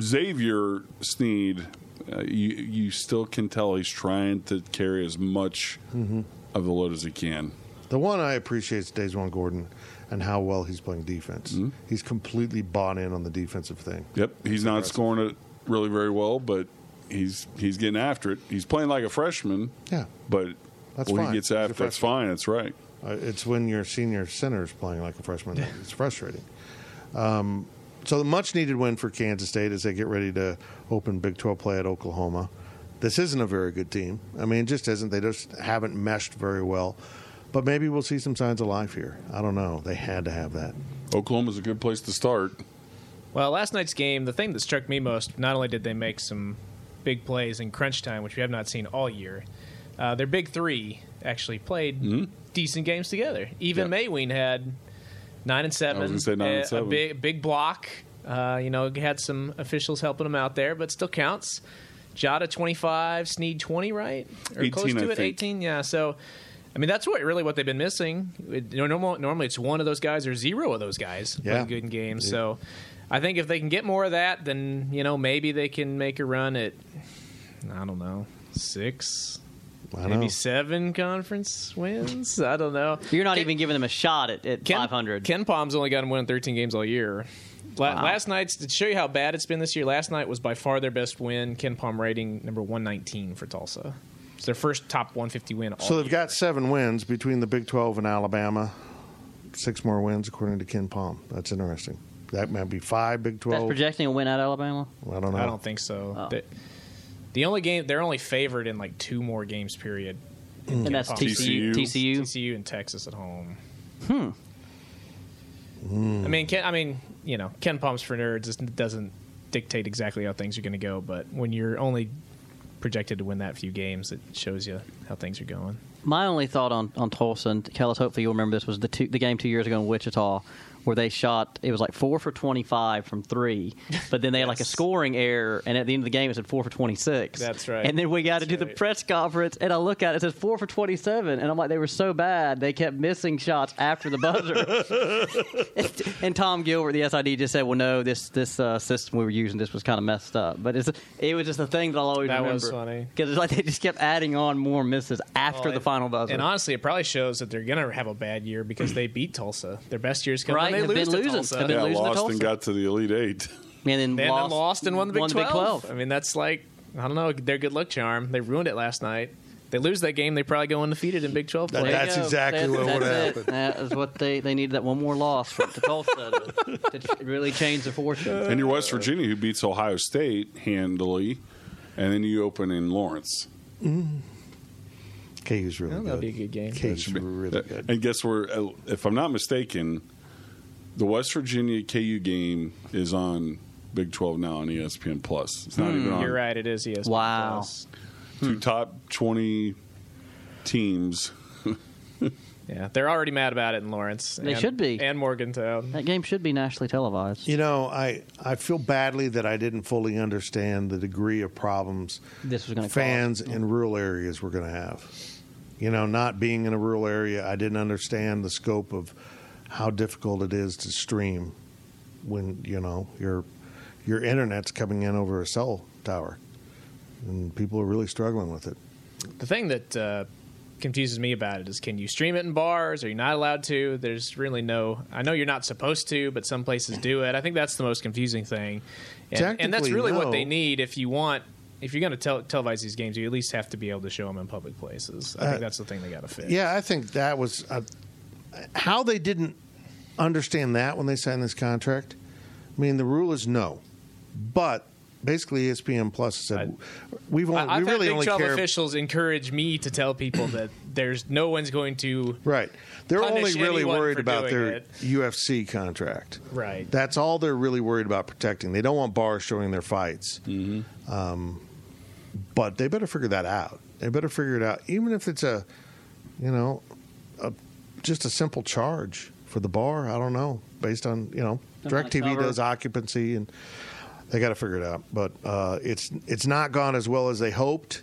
Speaker 5: Xavier Sneed, uh, you, you still can tell he's trying to carry as much
Speaker 2: Mm-hmm.
Speaker 5: of the load as he can.
Speaker 2: The one I appreciate is Dayswan Gordon and how well he's playing defense.
Speaker 5: Mm-hmm.
Speaker 2: He's completely bought in on the defensive thing.
Speaker 5: Yep, he's not scoring it really very well, but he's he's getting after it. He's playing like a freshman.
Speaker 2: Yeah.
Speaker 5: but
Speaker 2: That's
Speaker 5: well,
Speaker 2: fine.
Speaker 5: he gets
Speaker 2: He's a
Speaker 5: after. That's
Speaker 2: freshman.
Speaker 5: fine. That's right.
Speaker 2: Uh, it's when your senior center is playing like a freshman. that It's frustrating. Um, so the much needed win for Kansas State as they get ready to open Big 12 play at Oklahoma. This isn't a very good team. I mean, it just isn't. They just haven't meshed very well. But maybe we'll see some signs of life here. I don't know. They had to have that.
Speaker 5: Oklahoma's a good place to start.
Speaker 3: Well, last night's game, the thing that struck me most, not only did they make some big plays in crunch time, which we have not seen all year, uh, their big three actually played decent games together. Even
Speaker 5: Mm-hmm. Yeah.
Speaker 3: Mayween had nine and seven. eh,
Speaker 5: I was gonna say nine and
Speaker 3: a-
Speaker 5: seven.
Speaker 3: A big big block. Uh, you know, had some officials helping him out there, but still counts. Jada twenty five, Sneed twenty, right? Or close
Speaker 5: 18,
Speaker 3: to
Speaker 5: I
Speaker 3: it,
Speaker 5: think.
Speaker 3: eighteen. Yeah, so. I mean that's what really what they've been missing. It- you know, normal, normally it's one of those guys or zero of those guys
Speaker 2: Yeah.
Speaker 3: playing good games. So I think if they can get more of that, then you know maybe they can make a run at I don't know six,
Speaker 2: I
Speaker 3: maybe
Speaker 2: know.
Speaker 3: seven conference wins. I don't know.
Speaker 4: You're not
Speaker 3: Ken-
Speaker 4: even giving them a shot at, at
Speaker 3: Ken,
Speaker 4: 500.
Speaker 3: Ken Palm's only got him winning 13 games all year. La- Last night's to show you how bad it's been this year. Last night was by far their best win. Ken Palm rating number 119 for Tulsa. It's their first top 150 win. All
Speaker 2: So they've
Speaker 3: year.
Speaker 2: got seven wins between the Big 12 and Alabama. Six more wins, according to Ken Palm. That's interesting. That might be five Big
Speaker 4: That's
Speaker 2: 12.
Speaker 4: projecting a win at Alabama.
Speaker 2: I don't know.
Speaker 3: I don't think so.
Speaker 4: Oh.
Speaker 3: The, the only game they're only favored in like two more games period.
Speaker 4: And that's TCU.
Speaker 5: TCU.
Speaker 4: TCU.
Speaker 3: TCU and Texas at home. Hmm. I mean, Ken, I mean, you know, Ken Palms for nerds is- doesn't dictate exactly how things are going to go, but when you're only projected to win that few games, it shows you how things are going.
Speaker 4: My only thought on, on Tulsa, and Kellis, hopefully you'll remember this, was the, two, the game two years ago in Wichita where they shot, it was like four for 25 from three, but then they had
Speaker 3: [LAUGHS]
Speaker 4: like a scoring error, and at the end of the game it said four for 26.
Speaker 3: That's right.
Speaker 4: And then we got to do
Speaker 3: That's
Speaker 4: the
Speaker 3: right.
Speaker 4: press conference, and I look at it, it says four for 27, and I'm like, they were so bad, they kept missing shots after the buzzer.
Speaker 3: [LAUGHS]
Speaker 4: and Tom Gilbert, the SID, just said, well, no, this this uh, system we were using, this was kind of messed up. But it's, it was just a thing that I'll always
Speaker 3: That
Speaker 4: remember.
Speaker 3: was funny.
Speaker 4: Because it's like they just kept adding on more misses after the
Speaker 3: Well, Oh, and-
Speaker 4: final buzzer.
Speaker 3: And honestly, it probably shows that they're going to have a bad year because they beat Tulsa. Their best year's coming.
Speaker 4: Right,
Speaker 3: They
Speaker 4: have been
Speaker 3: lose to
Speaker 4: losing.
Speaker 3: Tulsa.
Speaker 4: Have been
Speaker 5: Yeah,
Speaker 4: losing to
Speaker 5: lost
Speaker 4: Tulsa.
Speaker 5: and got to the Elite Eight.
Speaker 4: and
Speaker 3: They
Speaker 4: then
Speaker 3: lost, lost and won the Big, 12.
Speaker 4: 12.
Speaker 3: I mean, that's like I don't know their good luck charm. They ruined it last night. They lose that game, they probably go undefeated in Big 12
Speaker 2: That-
Speaker 3: play.
Speaker 2: that's
Speaker 4: Yeah,
Speaker 2: exactly
Speaker 4: that's-
Speaker 2: what would
Speaker 4: that's
Speaker 2: happen.
Speaker 4: it. That is what they, they needed that one more loss for, to Tulsa to, to ch- really change the fortune.
Speaker 5: And you're
Speaker 2: Uh,
Speaker 5: West Virginia, who beats Ohio State handily, and then you open in Lawrence.
Speaker 2: KU's really
Speaker 3: Well,
Speaker 2: good.
Speaker 3: that'd be a good game.
Speaker 2: KU's really good.
Speaker 5: And guess where? uh, If I'm not mistaken, the West Virginia KU game is on Big 12 now on E ESPN Plus. It's not
Speaker 4: Hmm,
Speaker 5: even on.
Speaker 3: You're right, it is E ESPN.
Speaker 4: Wow.
Speaker 3: Plus.
Speaker 5: Two top 20 teams.
Speaker 3: Yeah, they're already mad about it in Lawrence.
Speaker 4: They
Speaker 3: and-
Speaker 4: should be.
Speaker 3: And Morgantown.
Speaker 4: That game should be nationally televised.
Speaker 2: You know, I, I feel badly that I didn't fully understand the degree of problems
Speaker 4: This was gonna
Speaker 2: fans in rural areas were going to have. You know, not being in a rural area, I didn't understand the scope of how difficult it is to stream when you know your your internet's coming in over a cell tower, and people are really struggling with it.
Speaker 3: The thing that uh, confuses me about it is can you stream it in bars? Are you not allowed to? There's really no. I know you're not supposed to, but some places do it. I think that's the most confusing thing. And, and that's
Speaker 2: Technically,
Speaker 3: really
Speaker 2: no.
Speaker 3: what they need if you want. If you're going to tel- televise these games, you at least have to be able to show them in public places. I
Speaker 2: Uh,
Speaker 3: think that's the thing they got to fix.
Speaker 2: Yeah, I think that was uh, how they didn't understand that when they signed this contract. I mean, the rule is no, but basically E ESPN Plus said we've only,
Speaker 3: I, I've
Speaker 2: we really
Speaker 3: had Big
Speaker 2: only
Speaker 3: 12
Speaker 2: care
Speaker 3: officials encourage me to tell people that there's no one's going to.
Speaker 2: right. They're only
Speaker 3: punish
Speaker 2: really
Speaker 3: anyone
Speaker 2: worried
Speaker 3: for
Speaker 2: about
Speaker 3: doing
Speaker 2: their
Speaker 3: it.
Speaker 2: UFC contract.
Speaker 3: Right.
Speaker 2: That's all they're really worried about protecting. They don't want bars showing their fights. Um, but they better figure that out. They better figure it out, even if it's a, you know, a, just a simple charge for the bar. I don't know, based on you know,
Speaker 4: Something
Speaker 2: Directv
Speaker 4: like cover.
Speaker 2: does occupancy, and they got to figure it out. But uh, it's it's not gone as well as they hoped.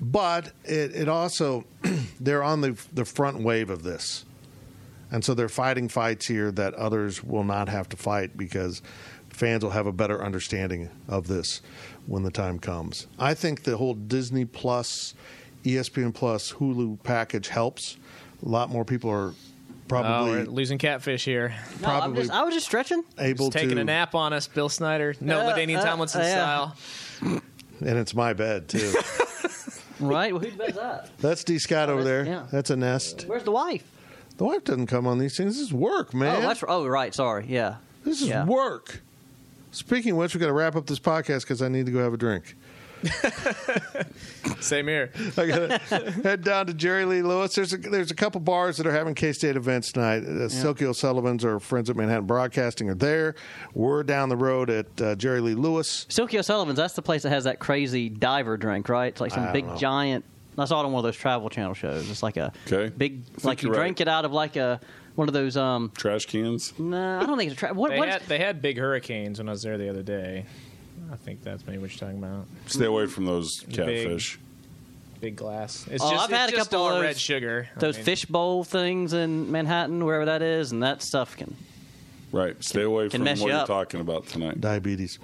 Speaker 2: But it, it also they're on the the front wave of this. And so they're fighting fights here that others will not have to fight because fans will have a better understanding of this when the time comes. I think the whole Disney Plus, E ESPN Plus, Hulu package helps. A lot more people are
Speaker 3: Oh, we're
Speaker 2: probably
Speaker 3: losing catfish here.
Speaker 4: No, I'm just, I was just stretching.
Speaker 2: able
Speaker 3: He's taking
Speaker 2: to
Speaker 3: a nap on us, Bill Snyder. No,
Speaker 4: Uh,
Speaker 3: but Damian
Speaker 4: uh,
Speaker 3: Tomlinson
Speaker 4: yeah.
Speaker 3: style.
Speaker 2: and it's my bed
Speaker 3: [LAUGHS]
Speaker 2: too.
Speaker 4: Right? Well, who does that?
Speaker 2: That's D Scott over there.
Speaker 4: yeah.
Speaker 2: That's a nest.
Speaker 4: Where's the wife?
Speaker 2: The wife doesn't come on these things. This is work,
Speaker 4: Oh,
Speaker 2: man.
Speaker 4: that's oh right. Sorry. Yeah.
Speaker 2: This is
Speaker 4: Yeah.
Speaker 2: work. Speaking of which, we got to wrap up this podcast because I need to go have a drink.
Speaker 3: Same here.
Speaker 2: I got
Speaker 4: [LAUGHS]
Speaker 2: to head down to Jerry Lee Lewis. There's a, there's a couple bars that are having K State events tonight. Uh, Silky O'Sullivan's or friends at Manhattan Broadcasting are there. We're down the road at uh, Jerry Lee Lewis.
Speaker 4: Silky O'Sullivan's. That's the place that has that crazy diver drink, right? It's like some
Speaker 2: I
Speaker 4: big
Speaker 2: don't know.
Speaker 4: giant I saw it on one of those travel channel shows. It's like a
Speaker 5: Okay.
Speaker 4: big,
Speaker 5: I think
Speaker 4: like you
Speaker 5: you're right.
Speaker 4: drink it out of like a one of those. um
Speaker 5: Trash cans.
Speaker 4: No, I don't think it's a [LAUGHS] travel. What,
Speaker 3: They
Speaker 4: what's-
Speaker 3: had, they had big hurricanes when I was there the other day. I think that's maybe what you're talking about.
Speaker 5: Stay away from those catfish.
Speaker 3: Big glass. It's
Speaker 4: Oh,
Speaker 3: just,
Speaker 4: I've
Speaker 3: it's
Speaker 4: had a
Speaker 3: just
Speaker 4: couple
Speaker 3: all
Speaker 4: of those-
Speaker 3: red sugar. I
Speaker 4: those
Speaker 3: mean,
Speaker 4: fish bowl things in Manhattan, wherever that is, and that stuff can.
Speaker 5: Right. Stay away
Speaker 4: can
Speaker 5: from
Speaker 4: mess
Speaker 5: what
Speaker 4: you
Speaker 5: you're
Speaker 4: up.
Speaker 5: talking about
Speaker 4: [LAUGHS]
Speaker 5: tonight.
Speaker 2: Diabetes.